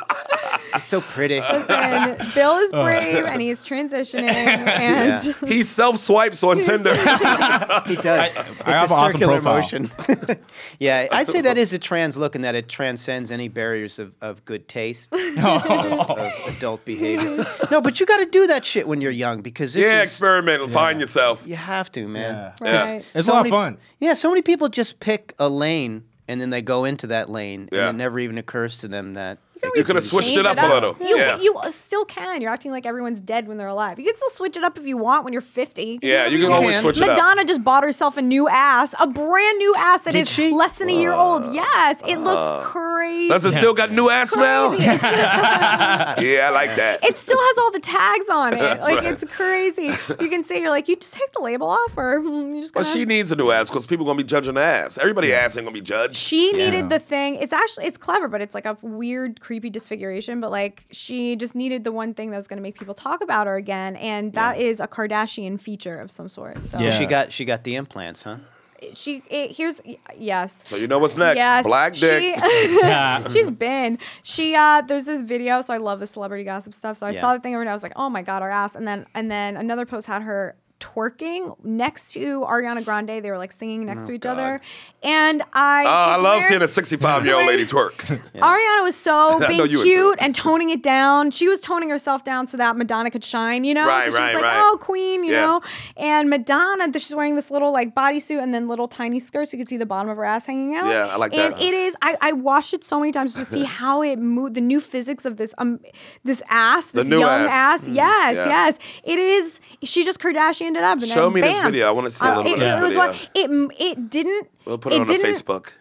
Speaker 9: He's so pretty.
Speaker 6: Listen, Bill is
Speaker 5: Uh.
Speaker 6: brave and he's transitioning and
Speaker 9: Yeah.
Speaker 5: he self swipes on Tinder.
Speaker 9: He
Speaker 8: I- I
Speaker 9: does. it's
Speaker 8: have
Speaker 9: a
Speaker 8: an awesome
Speaker 9: circular
Speaker 8: profile.
Speaker 9: motion. yeah, I'd say that is a trans look in that it transcends any barriers of, of good taste, of, of adult behavior. No, but you got to do that shit when you're young because this
Speaker 5: yeah,
Speaker 9: is
Speaker 5: experiment. Find yourself.
Speaker 9: you have to, man.
Speaker 8: Yeah.
Speaker 6: right.
Speaker 5: uh,
Speaker 8: It's
Speaker 9: So
Speaker 8: a lot
Speaker 9: many-
Speaker 8: of fun.
Speaker 9: Yeah, so many people just pick a lane and then they go into that lane
Speaker 5: Yeah.
Speaker 9: and it never even occurs to them that
Speaker 5: You could have switched it up, a little.
Speaker 6: You,
Speaker 5: yeah.
Speaker 6: you still can. You're acting like everyone's dead when they're alive. You can still switch it up if you want when you're 50.
Speaker 5: yeah, you can always
Speaker 9: can.
Speaker 5: switch it up.
Speaker 6: Madonna just bought herself a new ass, a brand new ass that is
Speaker 9: Did she?
Speaker 6: less than a year
Speaker 5: Uh,
Speaker 6: old. Yes, it looks crazy.
Speaker 5: Does it still got new ass smell?
Speaker 6: Crazy.
Speaker 5: Yeah, I like that.
Speaker 6: It still has all the tags on it. like
Speaker 5: right.
Speaker 6: it's crazy. You can see you're like you just take the label off, or hmm, you just.
Speaker 5: But
Speaker 6: gonna-
Speaker 5: she needs a new ass because people gonna be judging the ass. Everybody ass ain't gonna be judged.
Speaker 6: She needed the thing. It's actually it's clever, but it's like a weird, creepy disfiguration. But like she just needed the one thing that was going to make people talk about her again, and that is a Kardashian feature of some sort. So
Speaker 8: Yeah.
Speaker 9: she got she got the implants, huh?
Speaker 6: she it, here's yes.
Speaker 5: So you know what's next?
Speaker 6: Yes,
Speaker 5: Black dick.
Speaker 6: She,
Speaker 8: Yeah.
Speaker 6: she's been. She uh there's this video, so I love the celebrity gossip stuff. So I
Speaker 9: Yeah.
Speaker 6: saw the thing over and I was like, oh my god, our ass. And then and then another post had her twerking next to Ariana Grande. They were like singing next to each other. And I
Speaker 5: oh, I
Speaker 6: she's
Speaker 5: love
Speaker 6: wearing-
Speaker 5: seeing a 65 year old lady twerk.
Speaker 6: Ariana was so
Speaker 5: I know
Speaker 6: being
Speaker 5: you would
Speaker 6: cute
Speaker 5: too.
Speaker 6: and toning it down. She was toning herself down so that Madonna could shine, you know?
Speaker 5: Right,
Speaker 6: so she's
Speaker 5: right,
Speaker 6: like,
Speaker 5: right.
Speaker 6: oh, queen, you
Speaker 5: Yeah.
Speaker 6: know? And Madonna, th- she's wearing this little like bodysuit and then little tiny skirt so you can see the bottom of her ass hanging out.
Speaker 5: Yeah, I like
Speaker 6: and
Speaker 5: that.
Speaker 6: it is, I, I watched it so many times to see how it moved, the new physics of this um, this ass,
Speaker 5: The
Speaker 6: this
Speaker 5: new
Speaker 6: young
Speaker 5: ass. Mm,
Speaker 6: ass. Yes,
Speaker 5: yeah.
Speaker 6: yes. It is, she just Kardashianed it up. And
Speaker 5: Show
Speaker 6: then
Speaker 5: me this
Speaker 6: bam.
Speaker 5: video. I wanna see a
Speaker 6: Uh,
Speaker 5: little
Speaker 6: it,
Speaker 5: bit of
Speaker 6: it
Speaker 5: this
Speaker 6: was one-
Speaker 5: video.
Speaker 6: it, it didn't.
Speaker 5: We'll put it, on the
Speaker 6: didn't-
Speaker 5: Facebook.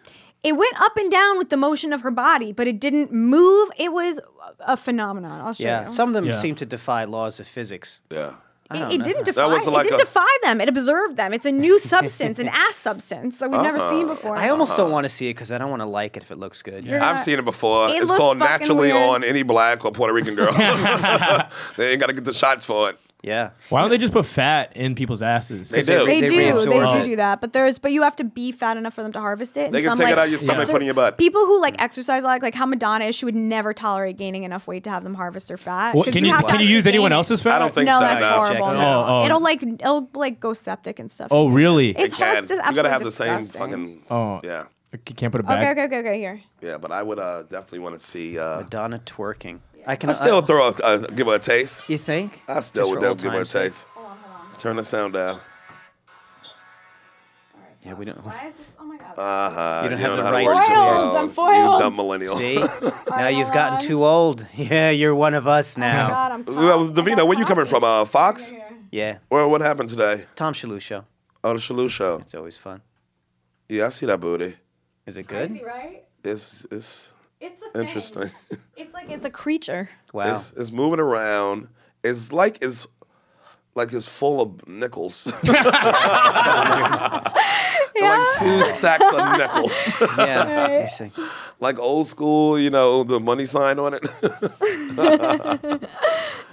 Speaker 6: it went up and down with the motion of her body, but it didn't move. It was a phenomenon. I'll show
Speaker 9: Yeah,
Speaker 6: you.
Speaker 9: some of them
Speaker 8: Yeah.
Speaker 9: seem to defy laws of physics.
Speaker 5: Yeah.
Speaker 6: it, it didn't defy.
Speaker 5: That was like
Speaker 6: it didn't
Speaker 5: a-
Speaker 6: defy them. It observed them. It's a new substance, an ass substance that we've never
Speaker 5: Uh-huh.
Speaker 6: seen before.
Speaker 9: I almost don't want to see it because I don't want to like it if it looks good. Yeah.
Speaker 5: I've seen it before.
Speaker 6: It
Speaker 5: it's
Speaker 6: looks
Speaker 5: called
Speaker 6: fucking
Speaker 5: Naturally
Speaker 6: weird.
Speaker 5: on Any Black or Puerto Rican Girl. they ain't got to get the shots for it.
Speaker 8: Why don't they just put fat in people's asses?
Speaker 5: They do.
Speaker 6: They,
Speaker 9: They
Speaker 6: do. They
Speaker 9: reabsorbed
Speaker 6: do
Speaker 8: it.
Speaker 6: do that. But there's but you have to be fat enough for them to harvest it. and
Speaker 5: They can
Speaker 6: some,
Speaker 5: take it
Speaker 6: like-
Speaker 5: out of your stomach,
Speaker 6: so
Speaker 5: put it in your butt.
Speaker 6: People who like exercise like like how Madonna is, she would never tolerate gaining enough weight to have them harvest her fat.
Speaker 8: What-
Speaker 6: 'Cause
Speaker 8: can you,
Speaker 6: have to
Speaker 8: can you
Speaker 6: actually
Speaker 8: use anyone
Speaker 6: gain it.
Speaker 8: else's fat?
Speaker 5: I don't think
Speaker 6: No,
Speaker 5: so.
Speaker 6: that's
Speaker 5: no.
Speaker 6: horrible.
Speaker 9: Objective.
Speaker 6: No.
Speaker 8: Oh, oh.
Speaker 6: It'll like it'll like go septic and stuff.
Speaker 8: Oh, really?
Speaker 5: They
Speaker 6: It's hard.
Speaker 5: can.
Speaker 6: It's just
Speaker 5: You gotta
Speaker 6: absolutely
Speaker 5: have the same
Speaker 6: disgusting.
Speaker 5: fucking.
Speaker 8: Oh.
Speaker 5: Yeah.
Speaker 8: I can't put it back.
Speaker 6: Okay, okay, okay, okay. Here.
Speaker 5: Yeah, but I would uh, definitely want to see. Uh,
Speaker 9: Madonna twerking. I can
Speaker 5: I still throw a, uh, give her a taste.
Speaker 9: you think?
Speaker 5: I still
Speaker 9: Just
Speaker 5: would
Speaker 9: for old
Speaker 5: definitely give her a
Speaker 9: time's sake.
Speaker 5: taste. Turn the sound down.
Speaker 9: Yeah, we don't.
Speaker 6: Why is this? Oh my god.
Speaker 5: Uh,
Speaker 9: You don't have the
Speaker 5: know how to
Speaker 9: right
Speaker 5: work your
Speaker 9: Foiled,
Speaker 5: phone,
Speaker 10: I'm foiled.
Speaker 5: uh, You dumb millennial.
Speaker 9: See? now you've
Speaker 6: on.
Speaker 9: gotten too old. Yeah, you're one of us now.
Speaker 6: God, I'm
Speaker 5: That was Davina, where you coming from? Uh, Fox?
Speaker 9: Yeah.
Speaker 5: Well, what happened today?
Speaker 9: Tom Shalhoub show.
Speaker 5: Oh, the Shalou show.
Speaker 9: It's always fun.
Speaker 5: Yeah, I see that booty.
Speaker 9: Is it good?
Speaker 10: right?
Speaker 5: It's it's
Speaker 10: It's a
Speaker 5: interesting.
Speaker 10: It's like it's a creature.
Speaker 9: Wow.
Speaker 5: It's it's moving around. It's like it's like it's full of nickels. like two sacks of nickels.
Speaker 9: yeah. Let me see.
Speaker 5: like old school, you know, the money sign on it.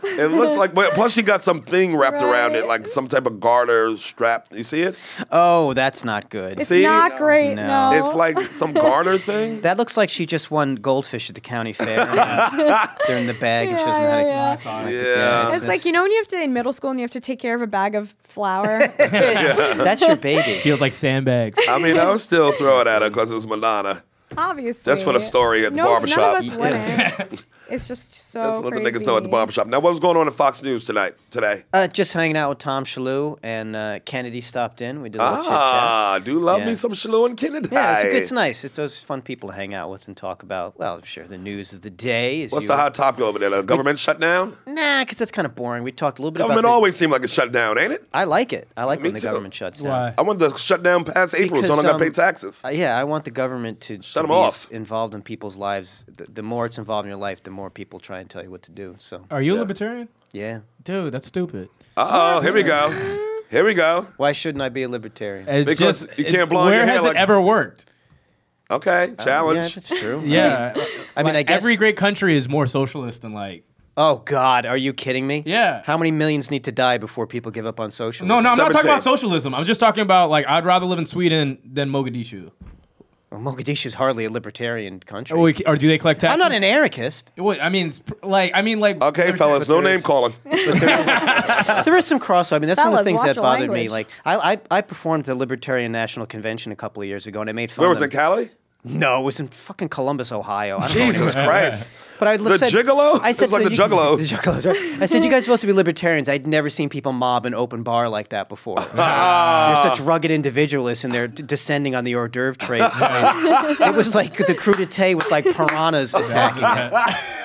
Speaker 5: it looks like but plus she got some thing wrapped around it,
Speaker 10: Right.
Speaker 5: like some type of garter strap. You see it?
Speaker 9: Oh, that's not good.
Speaker 6: It's
Speaker 5: See?
Speaker 6: not great. No.
Speaker 9: No.
Speaker 5: It's like some garter thing.
Speaker 9: that looks like she just won goldfish at the county fair. and They're in the bag and she doesn't know how to.
Speaker 6: Yeah,
Speaker 5: Yeah.
Speaker 6: It's like you know when you have to in middle school and you have to take care of a bag of flour.
Speaker 9: That's your baby.
Speaker 7: Feels like sandbags.
Speaker 5: I mean, I was still throwing at her because it was Madonna.
Speaker 6: Obviously.
Speaker 5: That's for the story at the
Speaker 6: no,
Speaker 5: barbershop.
Speaker 6: None of us wouldn't. it's just so
Speaker 5: That's what the
Speaker 6: crazy.
Speaker 5: niggas know at the barbershop. Now, what was going on at Fox News tonight? Today?
Speaker 9: Uh, just hanging out with Tom Shalhoub and uh, Kennedy stopped in. We did a little chit chat.
Speaker 5: Ah, do love
Speaker 9: Yeah.
Speaker 5: me some Shalou and Kennedy.
Speaker 9: Yeah, it's, a good- it's nice. It's those fun people to hang out with and talk about. Well, I'm sure the news of the day is.
Speaker 5: What's
Speaker 9: you-
Speaker 5: the hot topic over there? The government shutdown?
Speaker 9: Nah, because that's kind of boring. We talked a little bit
Speaker 5: Government
Speaker 9: about. the-
Speaker 5: always seemed like a shutdown, ain't it?
Speaker 9: I like it. I like
Speaker 5: Me
Speaker 9: when the
Speaker 5: too.
Speaker 9: government shuts down.
Speaker 7: Why?
Speaker 5: I want the shutdown past April so I
Speaker 9: Because,
Speaker 5: don't got to
Speaker 9: um,
Speaker 5: pay taxes.
Speaker 9: Uh, yeah, I want the government to, to
Speaker 5: Shut 'em
Speaker 9: be
Speaker 5: off.
Speaker 9: s- involved in people's lives. The, the more it's involved in your life, the more people try and tell you what to do. So,
Speaker 7: Are you a libertarian?
Speaker 9: yeah.
Speaker 7: Dude, that's stupid.
Speaker 5: Uh oh, here we go. Here we go.
Speaker 9: Why shouldn't I be a libertarian?
Speaker 7: It's
Speaker 5: Because
Speaker 7: just,
Speaker 5: you can't
Speaker 7: it-
Speaker 5: blow
Speaker 7: Where
Speaker 5: your hair
Speaker 7: has it
Speaker 5: like-
Speaker 7: ever worked?
Speaker 5: Okay,
Speaker 9: Um, Yeah,
Speaker 5: challenge.
Speaker 9: that's true.
Speaker 7: Yeah.
Speaker 9: I mean, I guess.
Speaker 7: every great country is more socialist than like.
Speaker 9: oh, God. Are you kidding me?
Speaker 7: Yeah.
Speaker 9: How many millions need to die before people give up on socialism?
Speaker 7: No, no, I'm not talking
Speaker 5: 17.
Speaker 7: about socialism. I'm just talking about like I'd rather live in Sweden than Mogadishu.
Speaker 9: Well, Mogadishu's hardly a libertarian country.
Speaker 7: Or, Oh, we, or do they collect taxes?
Speaker 9: I'm not an anarchist.
Speaker 7: Well, I mean, it's pr- like I mean, like
Speaker 5: okay, fellas, no name calling.
Speaker 9: There is some crossover. I mean, that's one of
Speaker 6: Fellas,
Speaker 9: the things
Speaker 6: watch
Speaker 9: that
Speaker 6: your
Speaker 9: bothered me.
Speaker 6: language.
Speaker 9: Like, I, I, I performed the Libertarian National Convention a couple of years ago, and I made fun.
Speaker 5: Where
Speaker 9: of
Speaker 5: was
Speaker 9: them.
Speaker 5: it, Cali?
Speaker 9: No, it was in fucking Columbus, Ohio. I don't know
Speaker 5: Jesus Christ.
Speaker 9: But I
Speaker 5: The
Speaker 9: said,
Speaker 5: Gigolo?
Speaker 9: I said
Speaker 5: It's like
Speaker 9: to
Speaker 5: the
Speaker 9: you-
Speaker 5: Juggalos.
Speaker 9: the Juggalos, right? I said you guys are supposed to be libertarians. I'd never seen people mob an open bar like that before. They're such rugged individualists, and they're d- descending on the hors d'oeuvre trade. it was like the crudité with like piranhas attacking them.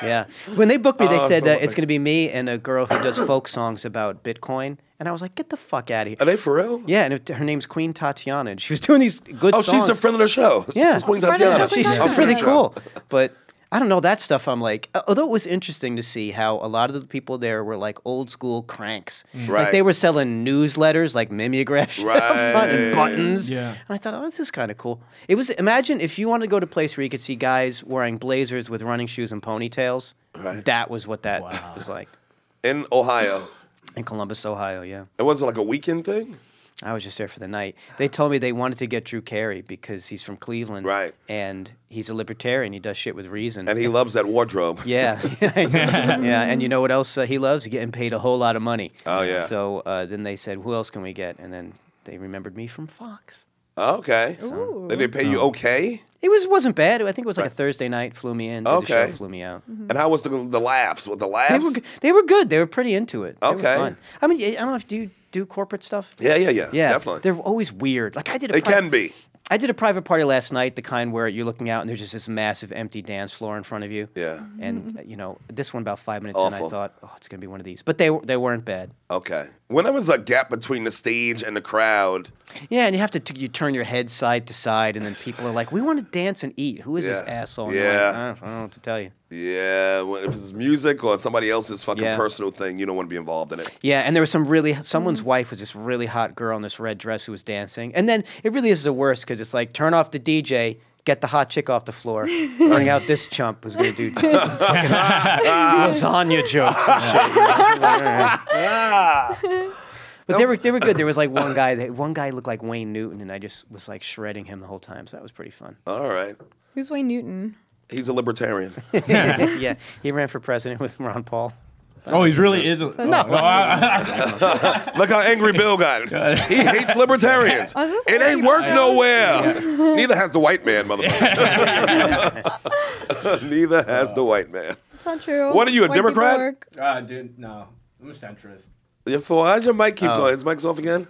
Speaker 9: Yeah. When they booked me, they
Speaker 5: Oh,
Speaker 9: said
Speaker 5: so-
Speaker 9: uh, it's going to be me and a girl who does folk songs about Bitcoin, and I was like, get the fuck out of
Speaker 5: Are
Speaker 9: here.
Speaker 5: they for real?
Speaker 9: Yeah, and it, her name's Queen Tatiana, and she was doing these good.
Speaker 5: Oh, she's a
Speaker 9: songs.
Speaker 5: friend of the show.
Speaker 9: Yeah,
Speaker 5: Queen
Speaker 6: Friend of the show,
Speaker 5: Tatiana.
Speaker 6: Queen
Speaker 9: She's
Speaker 6: Yeah.
Speaker 5: I'm
Speaker 6: Tatiana.
Speaker 9: she's
Speaker 5: friend
Speaker 9: really
Speaker 5: of the show.
Speaker 9: cool. But I don't know that stuff. I'm like, uh, although it was interesting to see how a lot of the people there were like old school cranks.
Speaker 5: Mm. Right.
Speaker 9: Like they were selling newsletters, like mimeograph shit up front and
Speaker 5: Right.
Speaker 9: buttons.
Speaker 7: Yeah.
Speaker 9: And I thought, oh, this is kind of cool. It was imagine if you wanted to go to a place where you could see guys wearing blazers with running shoes and ponytails.
Speaker 5: Right.
Speaker 9: That was what that was like
Speaker 5: In Ohio.
Speaker 9: in Columbus, Ohio. Yeah.
Speaker 5: It wasn't like a weekend thing?
Speaker 9: I was just there for the night. They told me they wanted to get Drew Carey because he's from Cleveland.
Speaker 5: Right.
Speaker 9: And he's a libertarian. He does shit with reason.
Speaker 5: And he loves that wardrobe.
Speaker 9: Yeah, yeah, and you know what else uh, he loves? Getting paid a whole lot of money.
Speaker 5: Oh, yeah.
Speaker 9: So uh, then they said, "Who else can we get?" And then they remembered me from Fox.
Speaker 5: Okay. Did they pay you okay?
Speaker 9: It was wasn't bad. I think it was like a Thursday night. Flew me in. Did The
Speaker 5: Okay.
Speaker 9: show, flew me out.
Speaker 5: And how was the, the laughs? With the
Speaker 9: They
Speaker 5: laughs?
Speaker 9: were g- they were good. They were pretty into it. They were
Speaker 5: Okay.
Speaker 9: fun. I mean, I don't know if do you do corporate stuff.
Speaker 5: yeah, yeah, yeah,
Speaker 9: Yeah,
Speaker 5: Definitely.
Speaker 9: They're always weird. Like I did. A
Speaker 5: It
Speaker 9: pri-
Speaker 5: can be.
Speaker 9: I did a private party last night, the kind where you're looking out and there's just this massive empty dance floor in front of you.
Speaker 5: Yeah.
Speaker 9: And uh, you know, this one about five minutes in,
Speaker 5: Awful.
Speaker 9: I thought, oh, it's gonna be one of these. But they were- they weren't bad.
Speaker 5: Okay. When there was a gap between the stage and the crowd,
Speaker 9: Yeah, and you have to t- you turn your head side to side, and then people are like, "We want to dance and eat. Who is this
Speaker 5: Yeah.
Speaker 9: asshole?" And you're like,
Speaker 5: Yeah.
Speaker 9: I, don't, I don't know what to tell you.
Speaker 5: yeah, when, if it's music or somebody else's fucking
Speaker 9: Yeah.
Speaker 5: personal thing, you don't want to be involved in it.
Speaker 9: Yeah, and there was some really
Speaker 5: Mm.
Speaker 9: someone's wife was this really hot girl in this red dress who was dancing, and then it really is the worst because it's like turn off the DJ. Get the hot chick off the floor. Bring out this chump who's going to do fucking lasagna jokes and shit. But they were they were good. There was like one guy that one guy looked like Wayne Newton, and I just was like shredding him the whole time. So that was pretty fun.
Speaker 5: All right.
Speaker 6: Who's Wayne Newton?
Speaker 5: He's a libertarian.
Speaker 9: yeah, he ran for president with Ron Paul.
Speaker 7: Oh, he really is. Oh, A, no,
Speaker 5: Look how angry Bill got. He hates libertarians.
Speaker 6: this
Speaker 5: Oh, It ain't worked nowhere. Neither has the white man, motherfucker. Neither has the white man.
Speaker 6: That's not true.
Speaker 5: What are you, a
Speaker 6: White people
Speaker 5: Democrat?
Speaker 6: work.
Speaker 7: Ah, dude, Uh, no. I'm a centrist.
Speaker 9: Oh.
Speaker 5: Your four, how's your mic keep going? His mic's off again?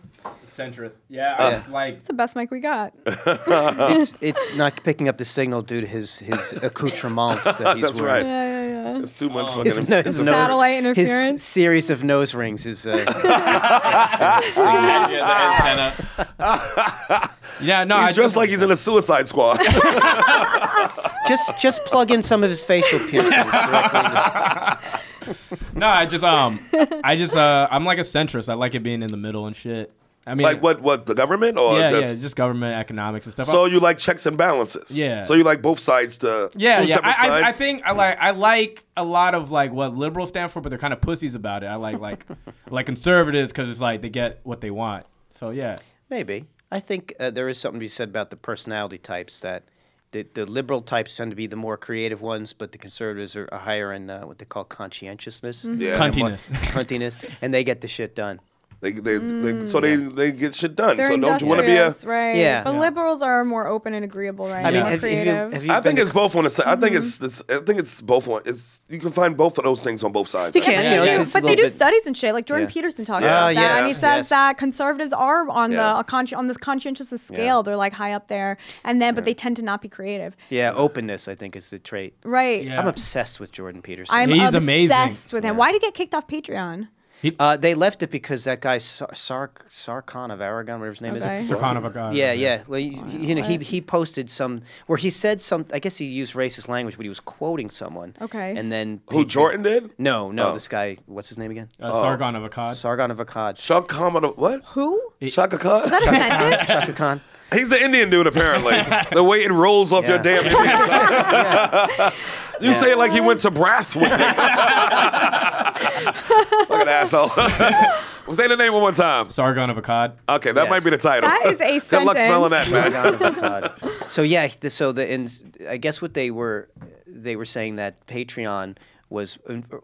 Speaker 7: centrist. Yeah,
Speaker 5: Uh.
Speaker 7: I was like
Speaker 6: It's the best mic we got.
Speaker 5: Oh.
Speaker 9: it's, it's not picking up the signal due to his his accoutrements that he's
Speaker 5: That's
Speaker 6: Yeah,
Speaker 5: right.
Speaker 9: wearing.
Speaker 6: yeah, yeah.
Speaker 5: It's too much
Speaker 9: His,
Speaker 5: fucking.
Speaker 9: no-
Speaker 5: it's
Speaker 9: his
Speaker 5: a-
Speaker 9: nose-
Speaker 6: Satellite
Speaker 9: his
Speaker 6: interference.
Speaker 9: series of nose rings is uh,
Speaker 7: yeah, the antenna. yeah, no, I
Speaker 5: He's dressed like he's in a Suicide Squad.
Speaker 9: just just plug in some of his facial piercings. directly into-
Speaker 7: no, I just um, I just uh, I'm like a centrist. I like it being in the middle and shit. I mean,
Speaker 5: like what? What the government or
Speaker 7: Yeah,
Speaker 5: just?
Speaker 7: yeah, just government economics and stuff.
Speaker 5: so you like checks and balances?
Speaker 7: Yeah.
Speaker 5: So you like both sides to?
Speaker 7: Yeah,
Speaker 5: two
Speaker 7: yeah.
Speaker 5: separate
Speaker 7: I, I, I
Speaker 5: sides?
Speaker 7: think I like I like a lot of like what liberals stand for, but they're kind of pussies about it. I like like like conservatives because it's like they get what they want. So yeah,
Speaker 9: Maybe. I think uh, there is something to be said about the personality types that the, the liberal types tend to be the more creative ones, but the conservatives are, are higher in uh, what they call conscientiousness.
Speaker 6: Mm-hmm.
Speaker 5: Yeah.
Speaker 9: And more-
Speaker 7: Cuntiness.
Speaker 9: Cuntiness. And they get the shit done.
Speaker 5: They, they, they, so they, they get shit done.
Speaker 6: Mm. They're
Speaker 5: so don't you want to be a?
Speaker 6: industrious, right?
Speaker 9: Yeah.
Speaker 6: But
Speaker 9: Yeah.
Speaker 6: liberals are more open and agreeable right
Speaker 9: I mean,
Speaker 6: now.
Speaker 9: have, have you,
Speaker 6: creative.
Speaker 9: have you
Speaker 5: I
Speaker 9: been
Speaker 5: think
Speaker 9: to-
Speaker 5: it's both on the side. I think
Speaker 6: Mm-hmm.
Speaker 5: it's, it's I think it's both on. It's you can find both of those things on both sides.
Speaker 9: You can, you know, it's, it's a
Speaker 6: but they do
Speaker 9: little bit-
Speaker 6: studies and shit. Like Jordan
Speaker 9: Yeah.
Speaker 6: Peterson talks
Speaker 5: Yeah.
Speaker 6: about
Speaker 5: Oh,
Speaker 6: that, and he
Speaker 5: yes,
Speaker 6: says
Speaker 9: yes.
Speaker 6: that conservatives are on
Speaker 5: Yeah.
Speaker 6: the consci- on this conscientious scale. They're like high up there, and then but they tend to not be creative,
Speaker 9: Yeah, openness, I think, is the trait.
Speaker 6: right?
Speaker 7: Yeah.
Speaker 9: I'm obsessed with Jordan Peterson.
Speaker 6: I'm
Speaker 7: He's
Speaker 6: obsessed
Speaker 7: amazing.
Speaker 6: with him. Why did he get kicked off Patreon?
Speaker 9: uh, they left it because that guy, Sar- Sark, Sarkon of Aragon, whatever his name
Speaker 6: Okay.
Speaker 9: is.
Speaker 7: Sarkhan of a god.
Speaker 9: Yeah, yeah. Well, you, you know, he, he posted some where he said some. I guess he used racist language, but he was quoting someone.
Speaker 6: Okay.
Speaker 9: And then
Speaker 5: Who
Speaker 9: he-
Speaker 5: Jordan did?
Speaker 9: No, no.
Speaker 5: Oh.
Speaker 9: This guy. What's his name again?
Speaker 7: Uh, Sargon of a god.
Speaker 9: Sargon of Akkad.
Speaker 5: Chuck Kamado, what?
Speaker 6: Who?
Speaker 5: Shaka Khan?
Speaker 6: Is that a sentence?
Speaker 9: Shaka Khan.
Speaker 5: He's an Indian dude, apparently. the way it rolls off your
Speaker 9: Yeah.
Speaker 5: damn Indian side. You say it like he went to Brath with me. Fucking asshole. well, say the name one more time.
Speaker 7: Sargon of a god.
Speaker 5: Okay, that
Speaker 9: Yes.
Speaker 5: might be the title.
Speaker 6: That is a
Speaker 5: Good luck
Speaker 6: sentence.
Speaker 5: spelling that, man.
Speaker 9: Sargon of Akkad. So yeah, th- so the and I guess what they were they were saying that Patreon was. en- uh,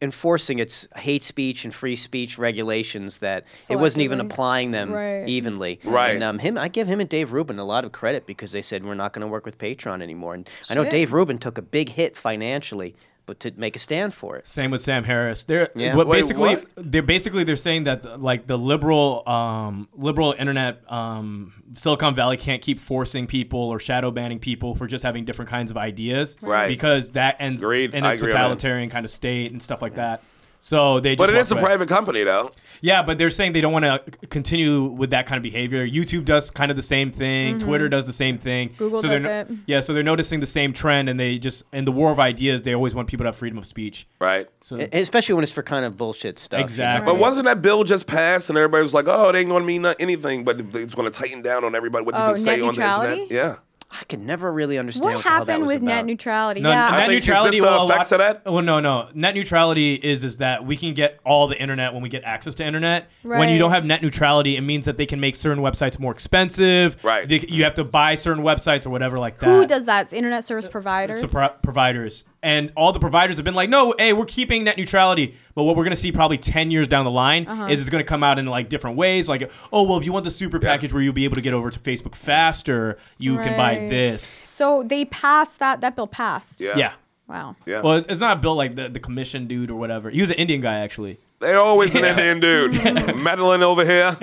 Speaker 9: Enforcing its hate speech and free speech regulations that it wasn't even
Speaker 6: Selectively.
Speaker 9: applying them
Speaker 6: Right.
Speaker 9: evenly.
Speaker 5: Right.
Speaker 9: And um, him, I give him and Dave Rubin a lot of credit because they said we're not going to work with Patreon anymore. And I know
Speaker 6: Shit.
Speaker 9: Dave Rubin took a big hit financially, but to make a stand for it.
Speaker 7: Same with Sam Harris. They're
Speaker 9: Yeah.
Speaker 7: what
Speaker 5: Wait,
Speaker 7: basically
Speaker 5: what?
Speaker 7: they're basically they're saying that like the liberal um, liberal internet um, Silicon Valley can't keep forcing people or shadow banning people for just having different kinds of ideas,
Speaker 5: Right.
Speaker 7: Because that ends
Speaker 5: Agreed.
Speaker 7: in
Speaker 5: I
Speaker 7: a
Speaker 5: agree on that.
Speaker 7: totalitarian kind of state and stuff like that. So they just
Speaker 5: But it
Speaker 7: walk
Speaker 5: is a
Speaker 7: away.
Speaker 5: private company, though.
Speaker 7: Yeah, but they're saying they don't want to continue with that kind of behavior. YouTube does kind of the same thing.
Speaker 5: Mm-hmm.
Speaker 7: Twitter does the same thing.
Speaker 6: Google
Speaker 7: so they're
Speaker 6: does
Speaker 7: no-
Speaker 6: it.
Speaker 7: Yeah, so they're noticing the same trend, and they just in the war of ideas, they always want people to have freedom of speech.
Speaker 5: Right.
Speaker 7: So
Speaker 9: E- Especially when it's for kind of bullshit stuff. you know?
Speaker 7: exactly.
Speaker 5: But wasn't that bill just passed and everybody was like, oh, it ain't going to mean not- anything, but it's going to tighten down on everybody what you
Speaker 6: Oh,
Speaker 5: can say
Speaker 6: net
Speaker 5: on the internet?
Speaker 6: neutrality?
Speaker 5: Yeah.
Speaker 9: I could never really understand
Speaker 6: What
Speaker 9: how that
Speaker 6: happened
Speaker 9: was
Speaker 6: with net
Speaker 9: about.
Speaker 6: neutrality?
Speaker 7: No,
Speaker 6: yeah.
Speaker 7: net
Speaker 5: think- is
Speaker 7: neutrality
Speaker 5: this the
Speaker 7: will allow-
Speaker 5: effects of that?
Speaker 7: Well, no, no. Net neutrality is is that we can get all the internet when we get access to internet. When
Speaker 6: Right.
Speaker 7: you don't have net neutrality, it means that they can make certain websites more expensive.
Speaker 5: Right.
Speaker 7: They, you have to buy certain websites or whatever like that.
Speaker 6: Who does that? It's internet service providers.
Speaker 7: So pro- providers and all the providers have been like, no, hey, we're keeping net neutrality. But what we're gonna see probably ten years down the line
Speaker 6: Uh-huh.
Speaker 7: is it's gonna come out in like different ways. Like, oh well, if you want the super package where you'll be able to get over to Facebook faster, you can buy
Speaker 6: Right.
Speaker 7: this.
Speaker 6: So they passed that. That bill passed.
Speaker 5: Yeah.
Speaker 7: Yeah.
Speaker 6: Wow.
Speaker 5: Yeah.
Speaker 7: Well, it's, it's not built like the, the commission dude or whatever. He was an Indian guy actually.
Speaker 5: They always an Indian dude. Madeline over here.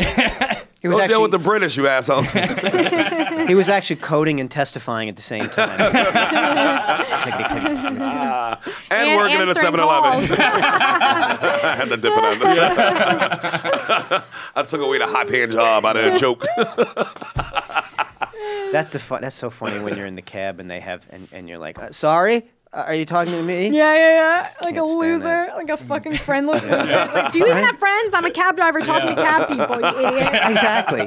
Speaker 9: He was,
Speaker 5: Don't deal with the
Speaker 9: actually,
Speaker 5: British, you assholes.
Speaker 9: he was actually coding and testifying at the same time. Tickety-tick.
Speaker 5: and,
Speaker 6: And
Speaker 5: working at a
Speaker 6: answering
Speaker 5: 7 Eleven. I had to dip it under. I took away the hot hand job out of the joke.
Speaker 9: that's the fun. That's so funny when you're in the cab and they have and, and you're like, uh, sorry, uh, are you talking to me?
Speaker 6: Yeah, yeah, yeah. Like a
Speaker 9: can't stand
Speaker 6: loser,
Speaker 9: that.
Speaker 6: like a fucking friendless loser. It's like, do you even have friends? I'm a cab driver talking to cab people, you idiot.
Speaker 9: Exactly.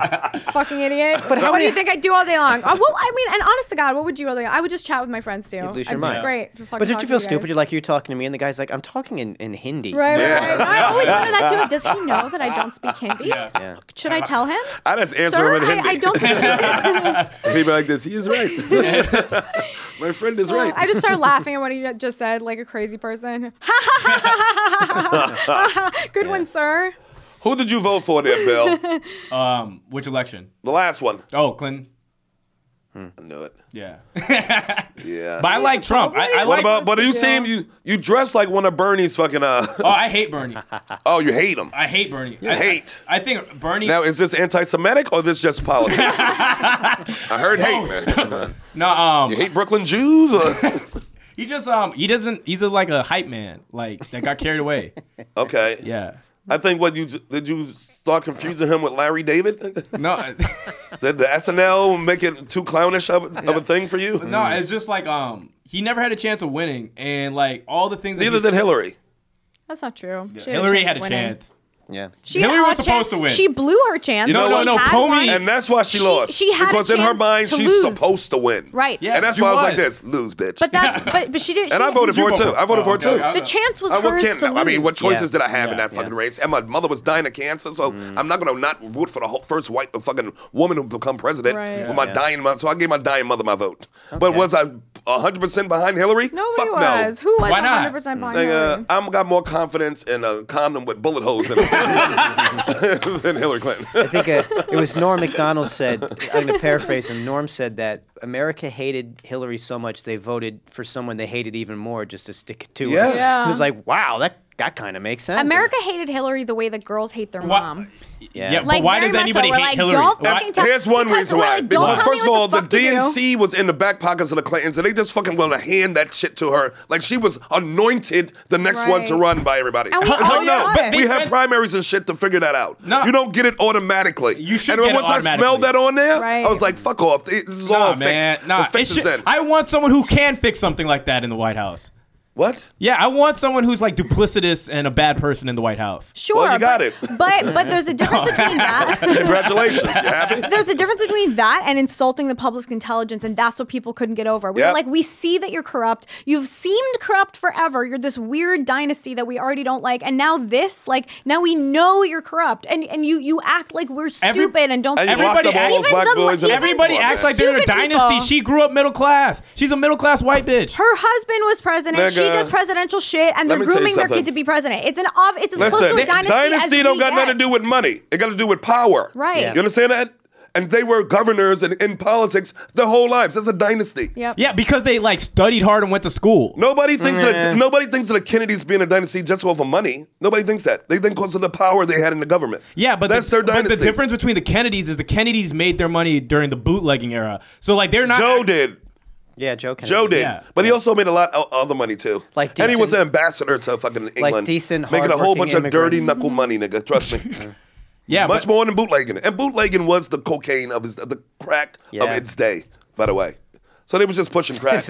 Speaker 6: fucking idiot.
Speaker 9: But how
Speaker 6: what do
Speaker 9: many-
Speaker 6: you think I do all day long? Uh, well, I mean, and honest to God, what would you all day I would just chat with my friends too.
Speaker 9: lose
Speaker 6: I'd
Speaker 9: your
Speaker 6: be
Speaker 9: mind.
Speaker 6: Great. to fucking
Speaker 9: But don't
Speaker 6: talk
Speaker 9: you
Speaker 6: to
Speaker 9: feel
Speaker 6: guys.
Speaker 9: stupid? You're like, you're talking to me, and the guy's like, I'm talking in, in Hindi.
Speaker 6: Right, right,
Speaker 5: Yeah.
Speaker 6: right. I always wonder that too. Does he know that I don't speak Hindi?
Speaker 9: Yeah.
Speaker 6: Should
Speaker 7: Uh,
Speaker 6: I tell him?
Speaker 5: I just answer
Speaker 6: Sir,
Speaker 5: him in
Speaker 6: I,
Speaker 5: Hindi.
Speaker 6: I don't speak Hindi.
Speaker 5: He'd be like this. He is right. My friend is right.
Speaker 6: I just started laughing at what he just said, like a crazy person. Good one, sir.
Speaker 5: Who did you vote for there, Bill?
Speaker 7: Um, Which election?
Speaker 5: The last one.
Speaker 7: Oh, Clinton.
Speaker 5: I knew it.
Speaker 7: Yeah.
Speaker 5: Yeah.
Speaker 7: But I like Trump. I, I
Speaker 5: what
Speaker 7: like.
Speaker 5: about? But
Speaker 6: What's
Speaker 5: you
Speaker 6: the
Speaker 5: see him?
Speaker 6: deal?
Speaker 5: You you dress like one of Bernie's fucking. Uh,
Speaker 7: oh, I hate Bernie.
Speaker 5: oh, you hate him.
Speaker 7: I hate Bernie. I
Speaker 5: Hate.
Speaker 7: I think Bernie.
Speaker 5: Now is this anti-Semitic or this just politics? I heard hate, man.
Speaker 7: no, um,
Speaker 5: You hate Brooklyn Jews? Or?
Speaker 7: he just um, he doesn't. He's a, like a hype man, like that got carried away.
Speaker 5: Okay.
Speaker 7: Yeah.
Speaker 5: I think what you did you start confusing him with Larry David?
Speaker 7: No. I-
Speaker 5: did the SNL make it too clownish of, of a thing for you?
Speaker 7: No, it's just like um, he never had a chance of winning, and like all the things.
Speaker 5: Neither
Speaker 7: that
Speaker 5: did Hillary.
Speaker 6: That's not true. She
Speaker 7: Hillary had
Speaker 6: of
Speaker 7: a
Speaker 6: winning.
Speaker 7: chance.
Speaker 9: Yeah.
Speaker 6: She
Speaker 7: Hillary
Speaker 6: had a
Speaker 7: was
Speaker 6: chance-
Speaker 7: supposed to win.
Speaker 6: She blew her chance.
Speaker 5: You know
Speaker 6: She
Speaker 5: what?
Speaker 7: No, no,
Speaker 6: had
Speaker 7: Comey-
Speaker 6: one.
Speaker 5: And that's why she,
Speaker 6: She-
Speaker 5: lost.
Speaker 6: she had a
Speaker 5: because in her
Speaker 6: chance
Speaker 5: mind
Speaker 6: to
Speaker 5: she's
Speaker 6: lose.
Speaker 5: supposed to win.
Speaker 6: Right.
Speaker 7: Yeah.
Speaker 5: And that's
Speaker 7: she
Speaker 5: why I was
Speaker 7: was.
Speaker 5: like this, lose bitch.
Speaker 6: But that's but but she didn't.
Speaker 5: and
Speaker 6: she
Speaker 5: I voted for it too. I voted for it
Speaker 7: Oh,
Speaker 5: too.
Speaker 7: okay. I-
Speaker 6: The chance was
Speaker 5: I, Uh, well,
Speaker 6: hers
Speaker 5: can't-
Speaker 6: to lose.
Speaker 5: I mean, what choices
Speaker 9: Yeah.
Speaker 5: did I have in
Speaker 7: Yeah.
Speaker 5: that fucking race? And my mother was dying of cancer, so I'm not gonna not root for the whole first white uh, fucking woman who become president
Speaker 6: Right.
Speaker 5: with my
Speaker 9: Yeah.
Speaker 5: dying mother. So I gave my dying mother my vote. But was I 100 percent behind Hillary?
Speaker 11: Nobody
Speaker 5: Fuck
Speaker 11: was.
Speaker 5: no.
Speaker 11: Who was
Speaker 7: Why not?
Speaker 11: 100 percent behind
Speaker 5: Like, uh,
Speaker 11: Hillary?
Speaker 5: I'm got more confidence in a condom with bullet holes in it than Hillary Clinton.
Speaker 9: I think uh, it was Norm MacDonald said, I'm going to paraphrase him. Norm said that America hated Hillary so much they voted for someone they hated even more just to stick it to
Speaker 5: Yeah.
Speaker 9: her.
Speaker 6: Yeah.
Speaker 9: It was like, wow, that, that kind of makes sense.
Speaker 6: America hated Hillary the way that girls hate their
Speaker 7: Wha-
Speaker 6: mom.
Speaker 9: Yeah.
Speaker 7: Yeah, But why
Speaker 6: very
Speaker 7: does
Speaker 6: much
Speaker 7: anybody
Speaker 6: We're
Speaker 7: hate
Speaker 6: like,
Speaker 7: Hillary?
Speaker 6: Don't
Speaker 7: Why-
Speaker 6: fucking tell-
Speaker 5: Here's one
Speaker 6: because
Speaker 5: reason
Speaker 6: we're
Speaker 5: why.
Speaker 6: Like, don't
Speaker 5: Because
Speaker 6: tell me
Speaker 5: first of
Speaker 6: what
Speaker 5: all, the,
Speaker 6: fuck to do.
Speaker 5: DNC was in the back pockets of the Clintons, and they just fucking willing to hand that shit to her like she was anointed the next one to
Speaker 6: Right.
Speaker 5: run by everybody.
Speaker 6: And we
Speaker 5: it's
Speaker 6: all
Speaker 5: like no,
Speaker 6: saw it.
Speaker 5: we
Speaker 7: But
Speaker 5: have
Speaker 7: they-
Speaker 5: primaries and shit to figure that out.
Speaker 7: No.
Speaker 5: you don't get it automatically.
Speaker 7: You should
Speaker 5: And
Speaker 7: get it
Speaker 5: once I smelled
Speaker 7: automatically.
Speaker 5: that on there, I
Speaker 6: Right.
Speaker 5: was like, fuck off. This is all
Speaker 7: Nah,
Speaker 5: fixed.
Speaker 7: man. Nah,
Speaker 5: the fix
Speaker 7: it
Speaker 5: is
Speaker 7: should-
Speaker 5: in.
Speaker 7: I want someone who can fix something like that in the White House.
Speaker 5: what?
Speaker 7: Yeah, I want someone who's like duplicitous and a bad person in the White House.
Speaker 6: Sure,
Speaker 5: Well, you got
Speaker 6: but,
Speaker 5: it.
Speaker 6: But but there's a difference between that.
Speaker 5: Congratulations. you happy?
Speaker 6: There's a difference between that and insulting the public intelligence, and that's what people couldn't get over. We
Speaker 5: Yep.
Speaker 6: were like, we see that you're corrupt. You've seemed corrupt forever. You're this weird dynasty that we already don't like, and now this, like, now we know you're corrupt, and and you you act like we're
Speaker 7: Every-
Speaker 6: stupid and don't.
Speaker 5: And you
Speaker 6: think-
Speaker 7: locked up all
Speaker 6: even
Speaker 5: those black
Speaker 6: the-
Speaker 5: boys in the
Speaker 6: even-
Speaker 7: Everybody
Speaker 5: Come on,
Speaker 7: acts
Speaker 5: man.
Speaker 7: like they're in a
Speaker 6: Stupid people.
Speaker 7: dynasty. She grew up middle class. She's a middle class white bitch.
Speaker 6: Her husband was president. She
Speaker 5: Nigga.
Speaker 6: does presidential shit, and
Speaker 5: Let
Speaker 6: they're
Speaker 5: me tell you
Speaker 6: grooming their
Speaker 5: something.
Speaker 6: kid to be president. It's an off. It's as close to a dynasty, as
Speaker 5: don't
Speaker 6: we
Speaker 5: got
Speaker 6: get.
Speaker 5: nothing to do with money. It got to do with power.
Speaker 6: Right. Yeah.
Speaker 5: You understand that? And they were governors and in politics their whole lives. That's a dynasty.
Speaker 6: Yep.
Speaker 7: yeah, because they like studied hard and went to school.
Speaker 5: Nobody thinks
Speaker 7: Mm-hmm.
Speaker 5: that nobody thinks that the Kennedys being a dynasty just over money. Nobody thinks that. They think because of the power they had in the government.
Speaker 7: Yeah, but
Speaker 5: that's
Speaker 7: the,
Speaker 5: their dynasty.
Speaker 7: But the difference between the Kennedys is the Kennedys made their money during the bootlegging era. So like they're not.
Speaker 5: Joe did.
Speaker 9: Yeah, Joe Kennedy.
Speaker 5: Joe did.
Speaker 7: Yeah.
Speaker 5: But he also made a lot of other money too.
Speaker 9: Like
Speaker 5: and he was an
Speaker 9: decent-
Speaker 5: ambassador to fucking England.
Speaker 9: decent,
Speaker 5: making a whole bunch
Speaker 9: hardworking
Speaker 5: of dirty
Speaker 9: immigrants.
Speaker 5: knuckle money, nigga. Trust me.
Speaker 7: Yeah,
Speaker 5: Much
Speaker 7: but-
Speaker 5: more than bootlegging. And bootlegging was the cocaine of his, the crack of
Speaker 9: Yeah.
Speaker 5: its day, by the way. So they was just pushing crack.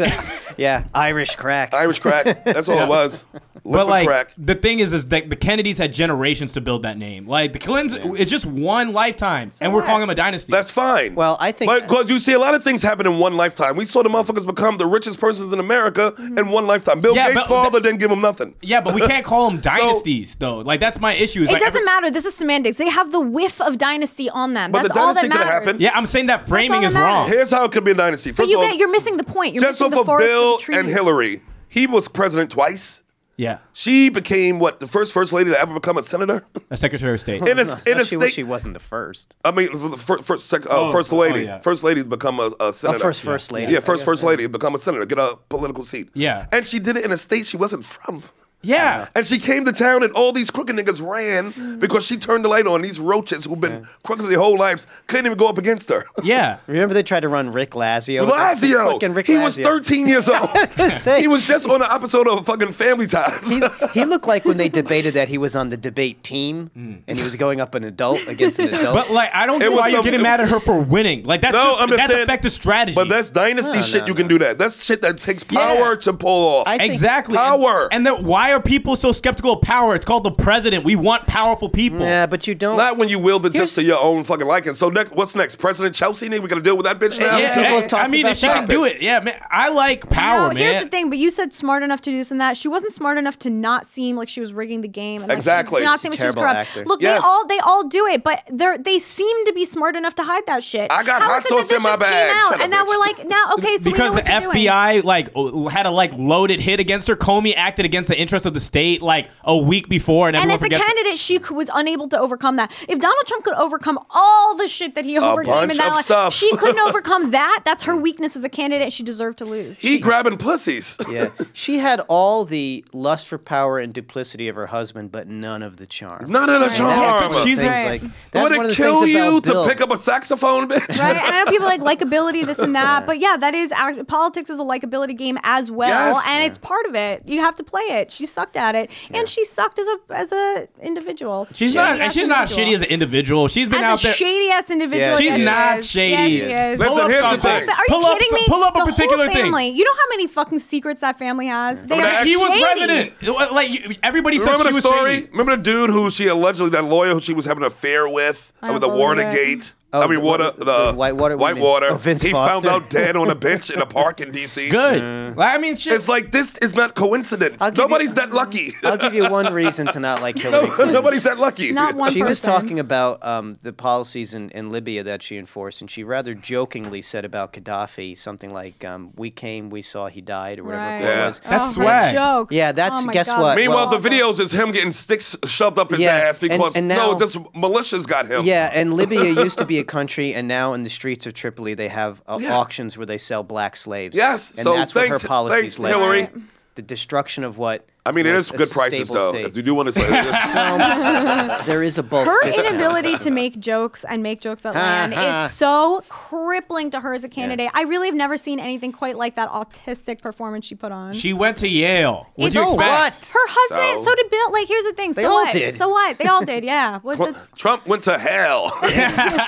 Speaker 9: yeah, Irish crack.
Speaker 5: Irish crack. That's all it was. Liquid
Speaker 7: But like
Speaker 5: crack.
Speaker 7: the thing is, is that the Kennedys had generations to build that name. Like the Clintons, it's just one lifetime, and we're
Speaker 6: what?
Speaker 7: calling them a dynasty.
Speaker 5: That's fine.
Speaker 9: Well, I think-
Speaker 5: because you see a lot of things happen in one lifetime. We saw the motherfuckers become the richest persons in America in one lifetime. Bill
Speaker 7: Mm-hmm. Yeah,
Speaker 5: Gates'
Speaker 7: but
Speaker 5: father
Speaker 7: that-
Speaker 5: didn't give him nothing.
Speaker 7: yeah, but we can't call them dynasties though. Like that's my issue. is,
Speaker 6: It
Speaker 7: like,
Speaker 6: doesn't
Speaker 7: every-
Speaker 6: matter. This is semantics. They have the whiff of dynasty on them.
Speaker 5: But the
Speaker 6: That's all that
Speaker 5: dynasty
Speaker 6: matters.
Speaker 5: could've happened.
Speaker 7: Yeah, I'm saying that framing
Speaker 6: all
Speaker 7: is
Speaker 6: that
Speaker 7: wrong.
Speaker 6: matters.
Speaker 5: Here's how it could be a dynasty. First
Speaker 6: But you
Speaker 5: of all,
Speaker 6: get, you're missing the point. You're
Speaker 5: just off
Speaker 6: missing the
Speaker 5: of
Speaker 6: forest
Speaker 5: Bill
Speaker 6: from the trees.
Speaker 5: and Hillary, he was president twice.
Speaker 7: Yeah,
Speaker 5: She became what the first first lady to ever become a senator
Speaker 7: a Secretary of State.
Speaker 5: in a, in a
Speaker 9: she, wish
Speaker 5: state.
Speaker 9: she wasn't the first.
Speaker 5: I mean, first first, sec, uh,
Speaker 7: Oh,
Speaker 5: first
Speaker 7: oh,
Speaker 5: lady,
Speaker 7: yeah.
Speaker 5: first lady become a, a senator.
Speaker 9: Oh, first first lady.
Speaker 5: Yeah, first first lady become a senator, get a political seat.
Speaker 7: Yeah.
Speaker 5: and she did it in a state she wasn't from.
Speaker 7: yeah,
Speaker 5: And she came to town, and all these crooked niggas ran because she turned the light on. These roaches who've been crooked their whole lives couldn't even go up against her.
Speaker 7: yeah.
Speaker 9: Remember they tried to run Rick Lazio?
Speaker 5: Lazio,
Speaker 9: Fucking Rick
Speaker 5: he was
Speaker 9: Lazio.
Speaker 5: 13 years old.
Speaker 9: Say-
Speaker 5: he was just on an episode of fucking Family Ties.
Speaker 9: he, he looked like when they debated that he was on the debate team
Speaker 7: Mm.
Speaker 9: and he was going up an adult against an adult.
Speaker 7: But like, I don't
Speaker 5: It
Speaker 7: get
Speaker 5: was
Speaker 7: why you're
Speaker 5: the-
Speaker 7: getting mad at her for winning. Like that's
Speaker 5: No,
Speaker 7: just,
Speaker 5: I'm just
Speaker 7: that's
Speaker 5: saying-
Speaker 7: effective strategy.
Speaker 5: But that's dynasty
Speaker 9: No,
Speaker 5: shit.
Speaker 9: no,
Speaker 5: you can do
Speaker 9: no.
Speaker 5: that. That's shit that takes power
Speaker 7: Yeah.
Speaker 5: to pull off.
Speaker 9: I think-
Speaker 7: Exactly.
Speaker 5: Power.
Speaker 7: And, and then why are people so skeptical of power? It's called the president. We want powerful people.
Speaker 9: yeah, but you don't.
Speaker 5: Not when you wield it just
Speaker 9: Oh. Here's-
Speaker 5: to your own fucking liking. So next, what's next? President Chelsea? Nigga, we gotta deal with that bitch now.
Speaker 9: Yeah,
Speaker 7: Yeah,
Speaker 9: people
Speaker 7: I-
Speaker 9: have talked
Speaker 7: I mean,
Speaker 9: about
Speaker 7: if she can
Speaker 5: that.
Speaker 7: do it, yeah, man. I like power,
Speaker 6: no,
Speaker 7: man.
Speaker 6: here's the thing. But you said smart enough to do this and that. She wasn't smart enough to not seem like she was rigging the game. And like, she
Speaker 5: Exactly.
Speaker 6: did not seem like she was
Speaker 9: Terrible
Speaker 6: corrupt.
Speaker 9: actor.
Speaker 6: Look,
Speaker 5: Yes.
Speaker 6: they all they all do it, but they they seem to be smart enough to hide that shit.
Speaker 5: I got
Speaker 6: How
Speaker 5: hot
Speaker 6: is it
Speaker 5: sauce
Speaker 6: that
Speaker 5: in
Speaker 6: this
Speaker 5: my
Speaker 6: just
Speaker 5: bag.
Speaker 6: Came out,
Speaker 5: Shut up,
Speaker 6: and now
Speaker 5: bitch.
Speaker 6: we're like, now okay, so we
Speaker 7: because
Speaker 6: know
Speaker 7: the
Speaker 6: what you're doing.
Speaker 7: FBI like o- had a like loaded hit against her. Comey acted against the interest presidents of the state like a week before, and
Speaker 6: And
Speaker 7: everyone
Speaker 6: as a
Speaker 7: forgets.
Speaker 6: candidate, she c- was unable to overcome that. If Donald Trump could overcome all the shit that he overcame
Speaker 5: bunch
Speaker 6: in that
Speaker 5: of
Speaker 6: ele-
Speaker 5: stuff.
Speaker 6: she couldn't overcome that. That's her weakness as a candidate. She deserved to lose.
Speaker 5: He grabbing pussies.
Speaker 9: Yeah. She had all the lust for power and duplicity of her husband, but none of the charm.
Speaker 5: Not in a charm.
Speaker 9: That's one of the
Speaker 7: She's
Speaker 9: things,
Speaker 7: right.
Speaker 9: like, that's
Speaker 5: Would
Speaker 9: one of
Speaker 5: it
Speaker 9: the
Speaker 5: kill
Speaker 9: things
Speaker 5: you
Speaker 9: about
Speaker 5: to
Speaker 9: Bill.
Speaker 5: pick up a saxophone, bitch?
Speaker 6: Right? And I know people like likability, this and that, but yeah, that is act- politics is a likability game as well,
Speaker 5: Yes.
Speaker 6: and it's part of it. You have to play it. She sucked at it, and she sucked as a as a individual.
Speaker 7: She's not.
Speaker 6: Shady-ass
Speaker 7: and She's not
Speaker 6: individual.
Speaker 7: shady as an individual. She's been out
Speaker 6: as a
Speaker 7: there.
Speaker 6: shady ass individual. yes,
Speaker 9: Yeah,
Speaker 7: She's
Speaker 6: she
Speaker 7: not
Speaker 6: is.
Speaker 7: shady.
Speaker 6: Yes, she is.
Speaker 5: Listen,
Speaker 7: up
Speaker 5: here's the
Speaker 7: something.
Speaker 5: thing.
Speaker 6: Are you
Speaker 7: pull up.
Speaker 6: kidding
Speaker 7: some-
Speaker 6: me?
Speaker 7: Pull up
Speaker 6: the
Speaker 7: a particular
Speaker 6: whole
Speaker 7: thing.
Speaker 6: family. You know how many fucking secrets that family has. They
Speaker 5: Remember
Speaker 6: are
Speaker 5: that-
Speaker 7: He was
Speaker 6: shady.
Speaker 7: president. It- Like you- everybody says,
Speaker 5: Remember
Speaker 7: she
Speaker 5: the
Speaker 7: was
Speaker 5: story?
Speaker 7: shady.
Speaker 5: Remember the dude who she allegedly that lawyer who she was having an affair with
Speaker 6: I
Speaker 5: over the
Speaker 6: believe
Speaker 5: Watergate. I
Speaker 9: Oh,
Speaker 5: mean,
Speaker 9: the-
Speaker 5: water
Speaker 9: the-
Speaker 5: the,
Speaker 9: the Whitewater women.
Speaker 5: Whitewater.
Speaker 9: Oh, Vince
Speaker 5: he found
Speaker 9: Foster.
Speaker 5: out dead on a bench in a park in D.C.
Speaker 7: Good. Like, I mean, shit.
Speaker 5: It's like this is not coincidence.
Speaker 9: I'll give you-
Speaker 5: Nobody's that lucky.
Speaker 9: I'll give you one reason to not like Hillary Clinton.
Speaker 5: Nobody's that lucky.
Speaker 6: Not one
Speaker 9: she was
Speaker 6: person.
Speaker 9: talking about um, the policies in, in Libya that she enforced, and she rather jokingly said about Gaddafi something like, um, "We came, we saw, he died," or whatever
Speaker 6: Right.
Speaker 9: it
Speaker 5: Yeah.
Speaker 9: was.
Speaker 7: That's
Speaker 6: oh,
Speaker 7: swag.
Speaker 6: Joke.
Speaker 9: Yeah, that's-
Speaker 6: oh my
Speaker 9: guess
Speaker 6: God,
Speaker 9: what?
Speaker 5: Meanwhile,
Speaker 9: Well-
Speaker 5: the videos is him getting sticks shoved up his
Speaker 9: Yeah,
Speaker 5: ass
Speaker 9: and-
Speaker 5: because
Speaker 9: and
Speaker 5: no,
Speaker 9: now-
Speaker 5: this militias got him.
Speaker 9: Yeah, and Libya used to be a country, and now in the streets of Tripoli, they have uh,
Speaker 5: Yeah.
Speaker 9: auctions where they sell black slaves.
Speaker 5: Yes,
Speaker 9: and
Speaker 5: so
Speaker 9: that's what
Speaker 5: thanks-
Speaker 9: her policies
Speaker 5: thanks,
Speaker 9: led to.
Speaker 5: Hillary.
Speaker 9: The destruction of what
Speaker 5: I mean, it
Speaker 9: was
Speaker 5: is
Speaker 9: a
Speaker 5: good prices
Speaker 9: stable
Speaker 5: though.
Speaker 9: state.
Speaker 5: If you do want to,
Speaker 9: Um, there is a bulk.
Speaker 6: Her
Speaker 9: discount.
Speaker 6: inability to make jokes and make jokes that land
Speaker 9: ha.
Speaker 6: is so crippling to her as a candidate. I really have never seen anything quite like that autistic performance she put on.
Speaker 7: she went to Yale. What
Speaker 6: It's
Speaker 7: do you
Speaker 6: so
Speaker 7: expect?
Speaker 9: what?
Speaker 6: her husband,
Speaker 5: So?
Speaker 6: so, did Bill. Like, here's the thing.
Speaker 9: They
Speaker 6: so
Speaker 9: all
Speaker 6: what?
Speaker 9: did.
Speaker 6: So what? They all did. Yeah. What, that's,
Speaker 5: Trump went to hell,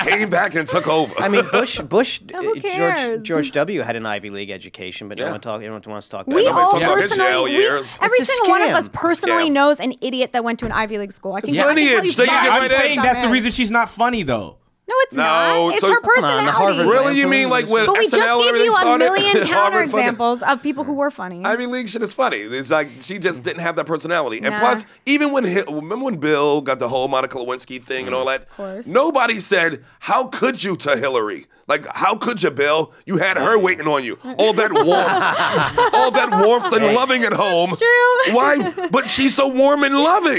Speaker 5: came back and took over.
Speaker 9: I mean, Bush, Bush,
Speaker 6: Who
Speaker 9: uh,
Speaker 6: cares?
Speaker 9: George, George W. had an Ivy League education, but
Speaker 5: Yeah.
Speaker 9: no one talk. Everyone wants to talk.
Speaker 6: we
Speaker 9: about it.
Speaker 5: nobody
Speaker 6: all
Speaker 5: talked about his jail
Speaker 6: personally, we-
Speaker 5: years.
Speaker 6: every
Speaker 9: It's a
Speaker 6: single one of
Speaker 9: scam.
Speaker 6: us personally
Speaker 5: Scam.
Speaker 6: knows an idiot that went to an Ivy League school. I can, I can tell you
Speaker 5: Lineage, they can
Speaker 6: five
Speaker 5: get
Speaker 7: I'm
Speaker 5: right
Speaker 6: people
Speaker 7: saying
Speaker 5: in.
Speaker 7: that's the
Speaker 6: that.
Speaker 7: reason she's not funny though.
Speaker 6: No, it's
Speaker 5: No,
Speaker 6: not. It's
Speaker 5: so-
Speaker 6: her
Speaker 5: Come
Speaker 9: on, the
Speaker 6: personality.
Speaker 9: Harvard
Speaker 5: really, you mean like when
Speaker 6: But we
Speaker 5: SNL
Speaker 6: just
Speaker 5: and
Speaker 6: gave
Speaker 5: everything
Speaker 6: you a
Speaker 5: started?
Speaker 6: million
Speaker 5: Harvard fucking-
Speaker 6: counterexamples of people who were funny.
Speaker 5: Ivy League shit is funny. It's like she just didn't have that personality. And
Speaker 6: Nah.
Speaker 5: plus, even when Hi- remember when Bill got the whole Monica Lewinsky thing and
Speaker 7: Mm.
Speaker 5: all that,
Speaker 6: course.
Speaker 5: nobody said how could you to Hillary? Like how could you, Bill? You had her waiting on you. All that warmth, all that warmth and loving at home.
Speaker 6: true.
Speaker 5: Why? But she's so warm and loving.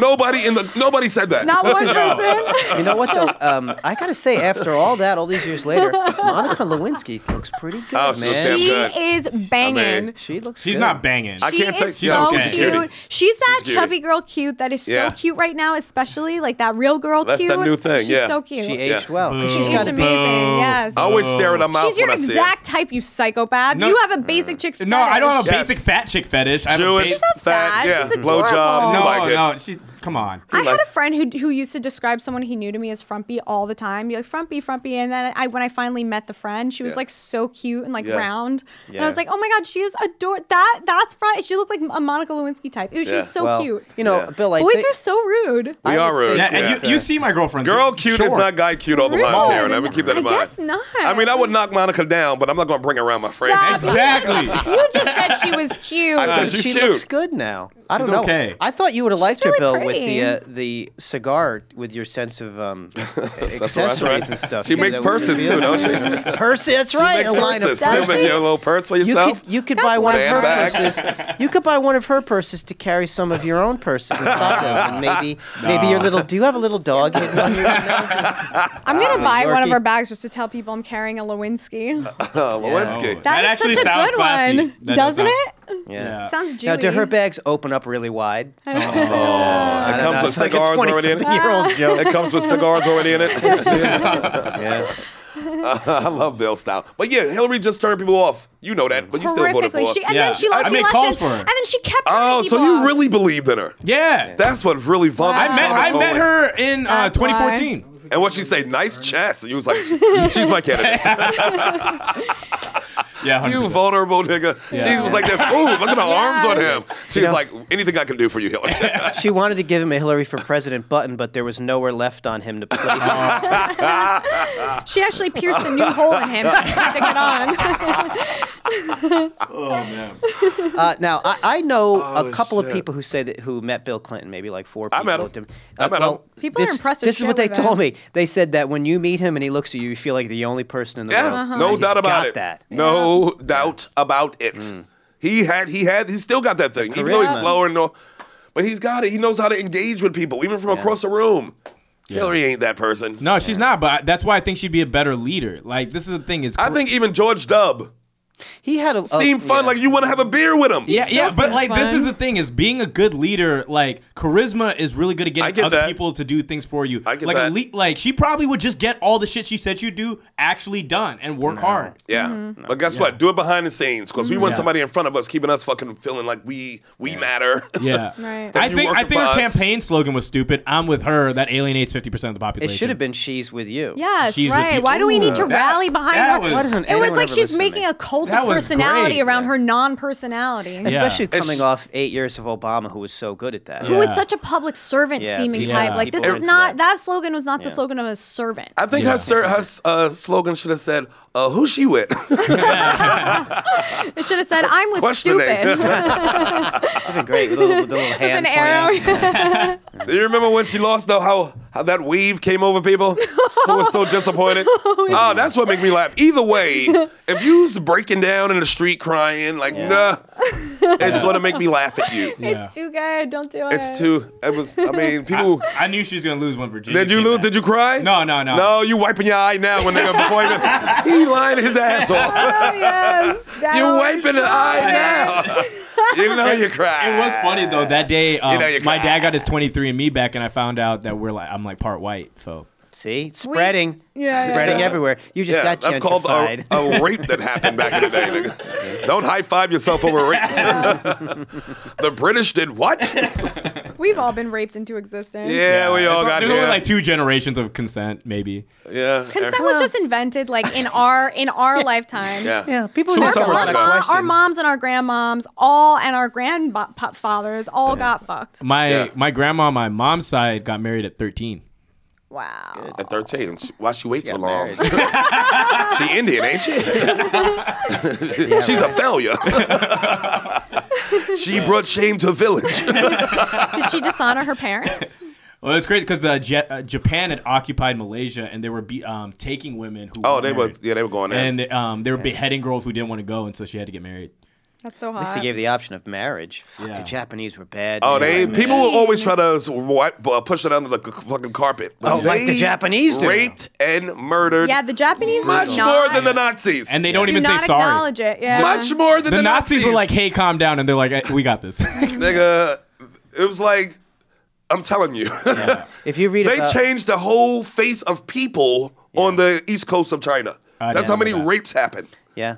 Speaker 5: nobody in the nobody said that.
Speaker 6: Not one person.
Speaker 9: You know what though? Um, I gotta say, after all that, all these years later, Monica Lewinsky looks pretty good,
Speaker 5: Oh, she's
Speaker 9: man.
Speaker 5: damn
Speaker 6: She
Speaker 5: good.
Speaker 6: is banging.
Speaker 5: I mean,
Speaker 9: She looks.
Speaker 7: She's
Speaker 9: good.
Speaker 7: not banging.
Speaker 5: I
Speaker 6: she
Speaker 5: can't
Speaker 6: is
Speaker 5: take- yeah,
Speaker 6: so
Speaker 5: she's
Speaker 6: cute.
Speaker 5: cutie.
Speaker 6: She's that
Speaker 5: She's cutie.
Speaker 6: chubby girl cute that is so
Speaker 5: Yeah.
Speaker 6: cute right now, especially like that real girl
Speaker 5: That's
Speaker 6: cute.
Speaker 5: that new thing,
Speaker 6: She's
Speaker 5: yeah.
Speaker 6: so cute.
Speaker 9: She
Speaker 6: She
Speaker 9: aged well. 'cause
Speaker 6: she's
Speaker 9: She's
Speaker 6: aged
Speaker 9: got
Speaker 6: amazing.
Speaker 9: to be.
Speaker 6: Yes.
Speaker 5: I always stare at her mouth
Speaker 6: She's your
Speaker 5: when I see Uh,
Speaker 6: exact type, you psychopath.
Speaker 7: No.
Speaker 6: You have a basic chick fetish.
Speaker 7: No, I don't have a
Speaker 5: Yes.
Speaker 7: basic fat chick fetish. I
Speaker 5: it.
Speaker 7: have a
Speaker 5: Jewish,
Speaker 7: basic-
Speaker 6: not
Speaker 5: fat,
Speaker 6: fat.
Speaker 5: yeah,
Speaker 6: She's
Speaker 5: blowjob.
Speaker 6: adorable.
Speaker 5: you
Speaker 7: no,
Speaker 5: like it.
Speaker 7: no, she. Come on.
Speaker 6: I had
Speaker 5: likes-
Speaker 6: a friend who, who used to describe someone he knew to me as frumpy all the time. Be like frumpy, frumpy, and then I when I finally met the friend, she was
Speaker 5: Yeah.
Speaker 6: like so cute and like
Speaker 5: Yeah.
Speaker 6: round, and I was
Speaker 9: Yeah.
Speaker 6: like, oh my god, she is adore that that's front. She looked like a Monica Lewinsky type. It was,
Speaker 5: Yeah.
Speaker 6: She was so
Speaker 9: Well,
Speaker 6: cute.
Speaker 9: you know,
Speaker 5: Yeah.
Speaker 9: Bill. I
Speaker 6: Boys
Speaker 9: think,
Speaker 6: are so rude.
Speaker 5: We
Speaker 9: I
Speaker 5: are
Speaker 9: would
Speaker 5: rude.
Speaker 9: say-
Speaker 7: Yeah, and you, you see my girlfriend.
Speaker 5: Girl cute is
Speaker 7: Sure.
Speaker 5: not guy cute all the time,
Speaker 7: Really?
Speaker 5: Karen. I would keep that in
Speaker 6: I
Speaker 5: mind.
Speaker 6: guess not.
Speaker 5: I mean, I would knock Monica down, but I'm not going to bring her around my friends.
Speaker 6: Stop.
Speaker 7: Exactly.
Speaker 6: You just said she was cute.
Speaker 5: I said
Speaker 9: But
Speaker 5: she's
Speaker 9: she
Speaker 5: cute.
Speaker 9: looks good now. I don't
Speaker 7: She's
Speaker 9: know.
Speaker 7: okay.
Speaker 9: I thought you would have liked her,
Speaker 6: really
Speaker 9: Bill, with
Speaker 6: pretty.
Speaker 9: the uh, the cigar, with your sense of um,
Speaker 5: That's right.
Speaker 9: accessories and stuff.
Speaker 5: She
Speaker 9: Yeah,
Speaker 5: makes
Speaker 9: that would
Speaker 5: purses
Speaker 9: be
Speaker 5: too,
Speaker 9: good.
Speaker 5: don't she?
Speaker 9: Purse, that's
Speaker 5: She
Speaker 9: right.
Speaker 5: makes
Speaker 9: a line of
Speaker 5: purses.
Speaker 6: does
Speaker 5: You make
Speaker 6: she?
Speaker 5: your little purse for
Speaker 9: You
Speaker 5: yourself.
Speaker 9: could you could buy one of her
Speaker 5: Handbag.
Speaker 9: purses. You could buy one of her purses to carry some of your own purses inside of, and maybe maybe your little. Do you have a little dog? hidden on your-
Speaker 6: I'm gonna buy one of
Speaker 9: Yorkie.
Speaker 6: her bags just to tell people I'm carrying a Lewinsky.
Speaker 5: Oh, Lewinsky.
Speaker 7: That
Speaker 6: is
Speaker 7: actually
Speaker 6: such a
Speaker 7: sounds
Speaker 6: good
Speaker 7: classy.
Speaker 6: one,
Speaker 7: That does
Speaker 6: doesn't
Speaker 7: sound-
Speaker 6: it?
Speaker 7: Yeah.
Speaker 6: Sounds Jewy.
Speaker 9: Now, do her bags open up really wide?
Speaker 6: I don't-
Speaker 5: It
Speaker 9: I don't
Speaker 5: comes
Speaker 9: know,
Speaker 5: with
Speaker 9: it's like a
Speaker 5: cigars already in
Speaker 9: 20-something
Speaker 5: it.
Speaker 9: year old joke.
Speaker 5: It comes with cigars already in it.
Speaker 9: Yeah.
Speaker 5: I love Bill style. But yeah, Hillary just turned people off. You know that, but you still voted
Speaker 6: horrifically.
Speaker 5: for her.
Speaker 6: She, and
Speaker 7: Yeah.
Speaker 6: then she
Speaker 7: I
Speaker 6: left the
Speaker 7: made
Speaker 6: election,
Speaker 7: calls for her.
Speaker 6: and then she kept.
Speaker 5: Oh,
Speaker 6: turning
Speaker 5: so
Speaker 6: people
Speaker 5: you
Speaker 6: off.
Speaker 5: really believed in her.
Speaker 7: Yeah.
Speaker 5: That's what really bumped
Speaker 6: Wow.
Speaker 5: us
Speaker 7: I met
Speaker 5: over
Speaker 7: I met
Speaker 5: totally.
Speaker 7: her in uh,
Speaker 6: That's why.
Speaker 7: 2014.
Speaker 5: And what she say? Nice chest. And you was like, she's my candidate.
Speaker 7: Yeah, 100%.
Speaker 5: You vulnerable nigga. She was like this. Ooh, look at the arms on him. She's
Speaker 9: know-
Speaker 5: like, anything I can do for you, Hillary.
Speaker 9: She wanted to give him a Hillary for president button, but there was nowhere left on him to place. it.
Speaker 6: She actually pierced a new hole in him just to stick it on.
Speaker 9: Uh, now, I, I know
Speaker 5: Oh,
Speaker 9: a couple
Speaker 5: shit.
Speaker 9: of people who say that who met Bill Clinton, maybe like four people.
Speaker 5: I met him.
Speaker 9: at the-
Speaker 5: I met
Speaker 9: well,
Speaker 5: him.
Speaker 6: People are
Speaker 9: this,
Speaker 6: impressed as
Speaker 9: This is
Speaker 6: shit
Speaker 9: what they
Speaker 6: with
Speaker 9: told
Speaker 6: him.
Speaker 9: me. They said that when you meet him and he looks at you, you feel like the only person in the
Speaker 5: Yeah,
Speaker 9: world.
Speaker 5: no
Speaker 9: And he's
Speaker 5: doubt about
Speaker 9: got
Speaker 5: it.
Speaker 9: That.
Speaker 5: No doubt about it. He had, he had, he still got that thing. Even though he's
Speaker 9: charisma.
Speaker 5: slower and all, but he's got it. He knows how to engage with people, even from across the room. Hillary ain't that person.
Speaker 7: No, she's not. But I- that's why I think she'd be a better leader. Like this is the thing is.
Speaker 5: I think even George Dub
Speaker 9: He had a, a
Speaker 5: seemed fun.
Speaker 9: Oh, yeah.
Speaker 5: Like you want to have a beer with him.
Speaker 7: Yeah, yeah, but
Speaker 12: sounds
Speaker 7: like this is
Speaker 12: fun.
Speaker 7: the thing: is being a good leader, like charisma is really good at
Speaker 5: I
Speaker 7: getting
Speaker 5: get
Speaker 7: other
Speaker 5: that.
Speaker 7: people to do things for you.
Speaker 5: I get
Speaker 7: like
Speaker 5: that.
Speaker 7: A le- like she probably would just get all the shit she said she'd do actually done and work hard.
Speaker 5: Yeah. But guess what? Do it behind the scenes because we want somebody in front of us keeping us fucking feeling like we we matter.
Speaker 7: Yeah,
Speaker 6: Right.
Speaker 7: I
Speaker 5: You
Speaker 7: think I
Speaker 5: working
Speaker 7: think
Speaker 5: for
Speaker 7: her
Speaker 5: us.
Speaker 7: campaign slogan was stupid. I'm with her. That alienates fifty percent of the
Speaker 9: It
Speaker 7: population.
Speaker 9: should have been she's with you.
Speaker 12: Yes,
Speaker 7: She's with you.
Speaker 12: right. Why do we need to
Speaker 7: That-
Speaker 12: rally behind
Speaker 7: that
Speaker 12: her?
Speaker 7: was-
Speaker 9: Why doesn't
Speaker 12: it was
Speaker 9: anyone
Speaker 12: like
Speaker 9: ever
Speaker 12: she's
Speaker 9: listen to
Speaker 12: making
Speaker 9: me?
Speaker 12: a cult
Speaker 7: That
Speaker 12: of
Speaker 7: was
Speaker 12: personality
Speaker 7: great.
Speaker 12: around her non-personality.
Speaker 9: Especially
Speaker 5: It's-
Speaker 9: coming off eight years of Obama, who was so good at that.
Speaker 12: Who is
Speaker 7: Yeah.
Speaker 12: such a public servant
Speaker 9: Yeah,
Speaker 12: seeming
Speaker 9: people-
Speaker 12: type?
Speaker 9: yeah,
Speaker 12: Like this
Speaker 9: people
Speaker 12: is
Speaker 9: are into
Speaker 12: not
Speaker 9: that.
Speaker 12: that slogan was not the
Speaker 9: Yeah.
Speaker 12: slogan of a servant.
Speaker 5: I think her, ser- her uh, slogan should have said, uh, "Who she with?"
Speaker 12: It should have said, "I'm with
Speaker 5: Questioning.
Speaker 12: stupid."
Speaker 9: That'd been great with a little, with a little
Speaker 12: An
Speaker 9: hand
Speaker 12: arrow.
Speaker 9: plan.
Speaker 5: Do you remember when she lost though? How how that wave came over people? Who was so disappointed? oh, that's what make me laugh. Either way, if you's breaking down in the street crying like, nah, it's gonna make me laugh at you.
Speaker 7: Yeah.
Speaker 12: It's too good. Don't do it.
Speaker 5: It's too. It was. I mean, people.
Speaker 7: I, I knew she was gonna lose one Virginia.
Speaker 5: Did you
Speaker 7: came
Speaker 5: lose?
Speaker 7: back.
Speaker 5: Did you cry?
Speaker 7: No, no, no.
Speaker 5: No, you wiping your eye now when they go before even. He lying his ass off.
Speaker 6: Oh, yes. that
Speaker 5: you
Speaker 6: always-
Speaker 5: wiping the eye now. you know you cry.
Speaker 7: It was funny though. That day, um,
Speaker 5: know you
Speaker 7: my
Speaker 5: cry.
Speaker 7: dad got his 23andMe back, and I found out that we're like I'm like part white. So
Speaker 9: See, spreading,
Speaker 6: Yeah, yeah,
Speaker 9: spreading
Speaker 5: yeah.
Speaker 9: everywhere. You just
Speaker 5: Yeah,
Speaker 9: got
Speaker 5: that's called
Speaker 9: gentrified.
Speaker 5: a, a rape that happened back in the day. nigga. Don't high five yourself over rape. the British did what? Yeah,
Speaker 6: We've all been raped into existence.
Speaker 5: we all got
Speaker 7: there's only
Speaker 5: there.
Speaker 7: like two generations of consent, maybe.
Speaker 5: yeah.
Speaker 12: Consent was just invented like in our in our lifetimes.
Speaker 5: yeah.
Speaker 9: yeah, people
Speaker 5: Two
Speaker 9: never
Speaker 5: summers
Speaker 9: ask a lot
Speaker 5: ago.
Speaker 9: of
Speaker 12: Mom-
Speaker 9: questions.
Speaker 12: our moms and our grandmoms all and our grandfathers all got fucked.
Speaker 7: My
Speaker 5: Yeah.
Speaker 7: my grandma, on my mom's side, got married at 13.
Speaker 12: Wow.
Speaker 5: At 13. she- Why she wait so
Speaker 9: got
Speaker 5: long? she Indian, ain't she? She's a failure. she brought shame to village.
Speaker 12: Did she dishonor her parents?
Speaker 7: Well, it's crazy because the Ja- uh, Japan had occupied Malaysia, and they were be- um, taking women who.
Speaker 5: oh,
Speaker 7: weren't
Speaker 5: they were
Speaker 7: married.
Speaker 5: yeah, they were going there.
Speaker 7: And they, um, they were beheading girls who didn't want to go, and so she had to get married.
Speaker 6: That's so
Speaker 9: At least
Speaker 6: hot.
Speaker 9: he gave the option of marriage. Fuck,
Speaker 7: Yeah.
Speaker 9: the Japanese were bad.
Speaker 5: Oh, they
Speaker 9: man.
Speaker 5: people will always try to s- wipe, uh, push it under the c- fucking carpet.
Speaker 9: Oh, like the
Speaker 5: They
Speaker 9: Japanese do.
Speaker 5: raped and murdered.
Speaker 12: Yeah, the Japanese
Speaker 5: much
Speaker 12: did not,
Speaker 5: more than the Nazis.
Speaker 7: And they don't
Speaker 12: do
Speaker 7: even
Speaker 12: not
Speaker 7: say sorry.
Speaker 12: acknowledge it. Yeah.
Speaker 5: much more than
Speaker 7: The,
Speaker 5: the,
Speaker 7: Nazis, were like, "Hey, calm down," and they're like, "Eh, "We got this."
Speaker 5: nigga. It was like, I'm telling you,
Speaker 9: If you read
Speaker 5: they
Speaker 9: about,
Speaker 5: changed the whole face of people on the east coast of China.
Speaker 7: I
Speaker 5: That's how many
Speaker 7: didn't know that.
Speaker 5: rapes happened.
Speaker 9: yeah,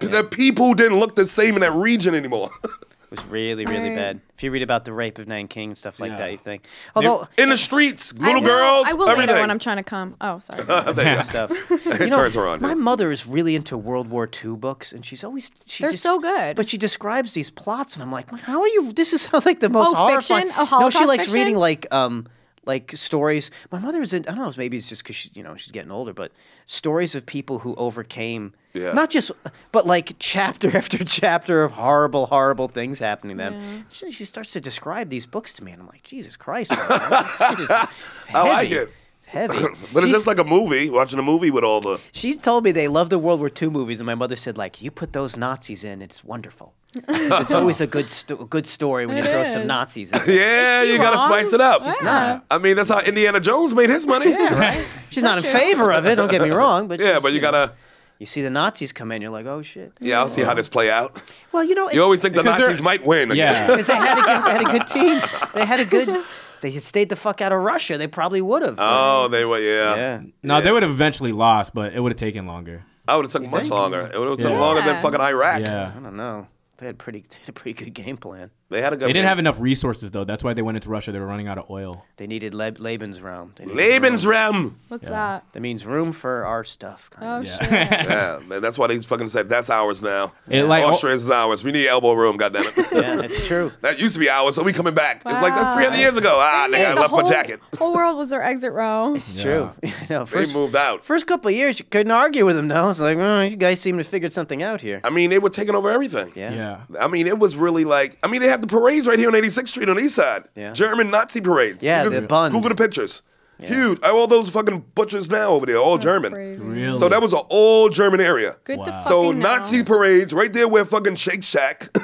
Speaker 5: The people didn't look the same in that region anymore.
Speaker 9: it was really, really
Speaker 6: Right.
Speaker 9: bad. If you read about the rape of Nanking and stuff like
Speaker 7: Yeah.
Speaker 9: that, you think, although
Speaker 5: in the streets,
Speaker 12: I
Speaker 5: little
Speaker 12: will-
Speaker 5: girls,
Speaker 12: I will
Speaker 5: everything.
Speaker 12: later when I'm trying to come. Oh, sorry.
Speaker 5: There you go.
Speaker 9: stuff. You
Speaker 5: turns her on.
Speaker 9: My mother is really into World War II books, and she's always she
Speaker 12: They're
Speaker 9: just-
Speaker 12: so good.
Speaker 9: But she describes these plots, and I'm like, "Man, how are you? This is sounds like the most
Speaker 12: Oh,
Speaker 9: horrifying.
Speaker 12: fiction? Oh,
Speaker 9: no, she
Speaker 12: Holocaust
Speaker 9: likes
Speaker 12: fiction?
Speaker 9: reading like um like stories. My mother is in. I don't know. Maybe it's just because she you know she's getting older, but stories of people who overcame.
Speaker 5: Yeah.
Speaker 9: Not just, but like chapter after chapter of horrible, horrible things happening to them. She, she starts to describe these books to me, and I'm like, Jesus Christ! man, this shit is
Speaker 5: I like
Speaker 9: heavy.
Speaker 5: it.
Speaker 9: It's heavy.
Speaker 5: But it's
Speaker 9: She's-
Speaker 5: just like a movie, watching a movie with all the.
Speaker 9: she told me they love the World War II movies, and my mother said, like, you put those Nazis in, it's wonderful. it's always a good sto- a good story when you throw some Nazis in. there.
Speaker 5: Yeah,
Speaker 12: she
Speaker 5: you gotta
Speaker 12: wrong?
Speaker 5: spice it up. She's
Speaker 9: not.
Speaker 5: I mean, that's how Indiana Jones made his money. Yeah,
Speaker 9: She's not in favor of it, don't get me wrong, but she's,
Speaker 5: but you gotta.
Speaker 9: you see the Nazis come in, you're like, oh shit.
Speaker 5: Yeah, I'll see how this play out.
Speaker 9: Well, you know, it's,
Speaker 5: You always think the
Speaker 7: Because they're-
Speaker 5: Nazis might win.
Speaker 7: yeah,
Speaker 9: because they had a good, they had a good team, they had a good, they had stayed the fuck out of Russia, they probably would have.
Speaker 5: Oh, they were. Yeah.
Speaker 9: yeah.
Speaker 7: no, they would have eventually lost, but it would have taken longer.
Speaker 5: I would have took much
Speaker 9: think?
Speaker 5: longer. It would have took
Speaker 7: Yeah.
Speaker 5: longer than fucking Iraq.
Speaker 7: Yeah.
Speaker 9: I don't know. They had pretty they had a pretty good game plan.
Speaker 5: They had a good.
Speaker 7: They didn't have enough resources though. That's why they went into Russia. They were running out of oil.
Speaker 9: They needed Leb- Lebensraum. They needed room.
Speaker 5: Lebensraum.
Speaker 6: What's that?
Speaker 9: That means room for our stuff. Kind
Speaker 6: Oh,
Speaker 9: of.
Speaker 6: shit.
Speaker 5: yeah, man, that's why they fucking said that's ours now.
Speaker 7: It, like, oh
Speaker 5: Austria's is ours. We need elbow room. Goddamn it.
Speaker 9: Yeah, that's true.
Speaker 5: that used to be ours, so we coming back. It's like that's
Speaker 6: Wow.
Speaker 5: 300 years ago. Ah, nigga, I
Speaker 6: The
Speaker 5: left my
Speaker 6: whole-
Speaker 5: jacket.
Speaker 6: Whole world was their exit row.
Speaker 9: It's true. You know,
Speaker 5: They
Speaker 9: first,
Speaker 5: moved out.
Speaker 9: First couple of years, you couldn't argue with him, though. It's like, oh, you guys seem to have figured something out here.
Speaker 5: I mean, they were taking over everything.
Speaker 9: Yeah.
Speaker 7: Yeah.
Speaker 5: I mean, it was really like, I mean, they have the parades right here on 86th Street on the east side.
Speaker 9: Yeah.
Speaker 5: German Nazi parades.
Speaker 9: Yeah,
Speaker 5: You
Speaker 9: the
Speaker 5: can
Speaker 9: Bund.
Speaker 5: Google the pictures. Huge. All those fucking butchers now over there, all German.
Speaker 7: Really?
Speaker 5: So that was an all German area.
Speaker 12: Good to fucking
Speaker 5: So
Speaker 12: know.
Speaker 5: Nazi parades right there where fucking Shake Shack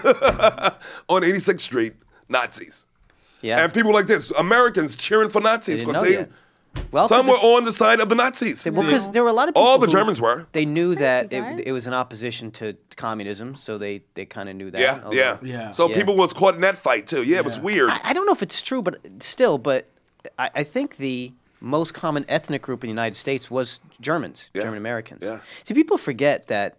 Speaker 5: on 86th Street, Nazis.
Speaker 9: Yeah.
Speaker 5: And people like this, Americans cheering for Nazis
Speaker 9: didn't
Speaker 5: because
Speaker 9: know
Speaker 5: they
Speaker 9: that. well,
Speaker 5: some were
Speaker 9: because
Speaker 5: on the side of the Nazis.
Speaker 9: there were a lot of people
Speaker 5: All the
Speaker 9: who-
Speaker 5: Germans were.
Speaker 9: They knew that
Speaker 12: guys.
Speaker 9: it, it was an opposition to communism, so they, they kind of knew that.
Speaker 5: Yeah,
Speaker 9: although-
Speaker 5: yeah,
Speaker 7: Yeah.
Speaker 5: So
Speaker 9: Yeah.
Speaker 5: people was caught in that fight too. Yeah, it was weird.
Speaker 9: I, I don't know if it's true, but still, but I, I think the most common ethnic group in the United States was Germans, German Americans.
Speaker 5: Yeah.
Speaker 9: See, people forget that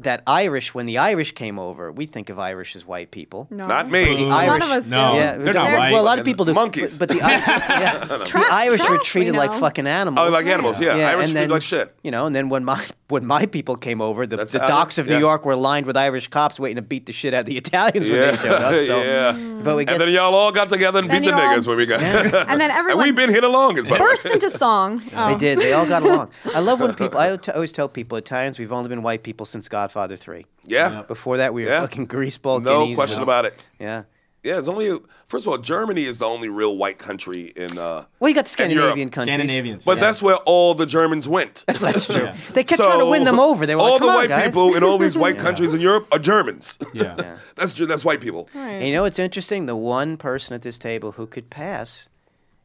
Speaker 9: that Irish, when the Irish came over, we think of Irish as white people. No.
Speaker 5: Not me.
Speaker 9: Irish,
Speaker 12: None of us
Speaker 7: No.
Speaker 12: do.
Speaker 9: yeah,
Speaker 7: Oh, they're not
Speaker 9: well,
Speaker 7: white.
Speaker 9: a lot of people do.
Speaker 5: Monkeys.
Speaker 9: but, but the Irish, yeah, the Irish were
Speaker 12: Trash, we
Speaker 9: treated like
Speaker 12: know.
Speaker 9: fucking animals.
Speaker 5: Oh, like animals, yeah. Irish
Speaker 9: and
Speaker 5: treated
Speaker 9: then,
Speaker 5: like shit.
Speaker 9: You know, and then when my when my people came over, the,
Speaker 5: That's
Speaker 9: the
Speaker 5: how they-
Speaker 9: docks of New
Speaker 5: yeah.
Speaker 9: York were lined with Irish cops waiting to beat the shit out of the Italians when
Speaker 5: Yeah,
Speaker 9: they showed up. So,
Speaker 5: yeah.
Speaker 9: but we guess
Speaker 5: And then y'all all got together and
Speaker 12: Then
Speaker 5: beat the
Speaker 12: you all-
Speaker 5: niggas when we got.
Speaker 12: And then
Speaker 5: and
Speaker 12: everyone
Speaker 5: we've been here the longest. By the way.
Speaker 12: burst into song.
Speaker 9: They
Speaker 12: Oh.
Speaker 9: did. They all got along. I love when people. I t- always tell people Italians. We've only been white people since Godfather Three.
Speaker 5: Yeah.
Speaker 9: Before that, we were
Speaker 5: Yeah.
Speaker 9: fucking greaseball.
Speaker 5: No
Speaker 9: guineas
Speaker 5: question
Speaker 9: and-
Speaker 5: about it.
Speaker 9: Yeah.
Speaker 5: Yeah, it's only first of all, Germany is the only real white country in. Uh,
Speaker 9: Well, you got the
Speaker 5: in Europe.
Speaker 9: Scandinavian countries.
Speaker 7: Scandinavians.
Speaker 5: But that's where all the Germans went.
Speaker 9: That's true. They kept trying to win them over. They were
Speaker 5: all
Speaker 9: like,
Speaker 5: the
Speaker 9: "Come on,
Speaker 5: white
Speaker 9: guys."
Speaker 5: people in all these white countries in Europe are Germans.
Speaker 7: Yeah.
Speaker 5: that's Ge- that's white people.
Speaker 9: And you know what's interesting? The one person at this table who could pass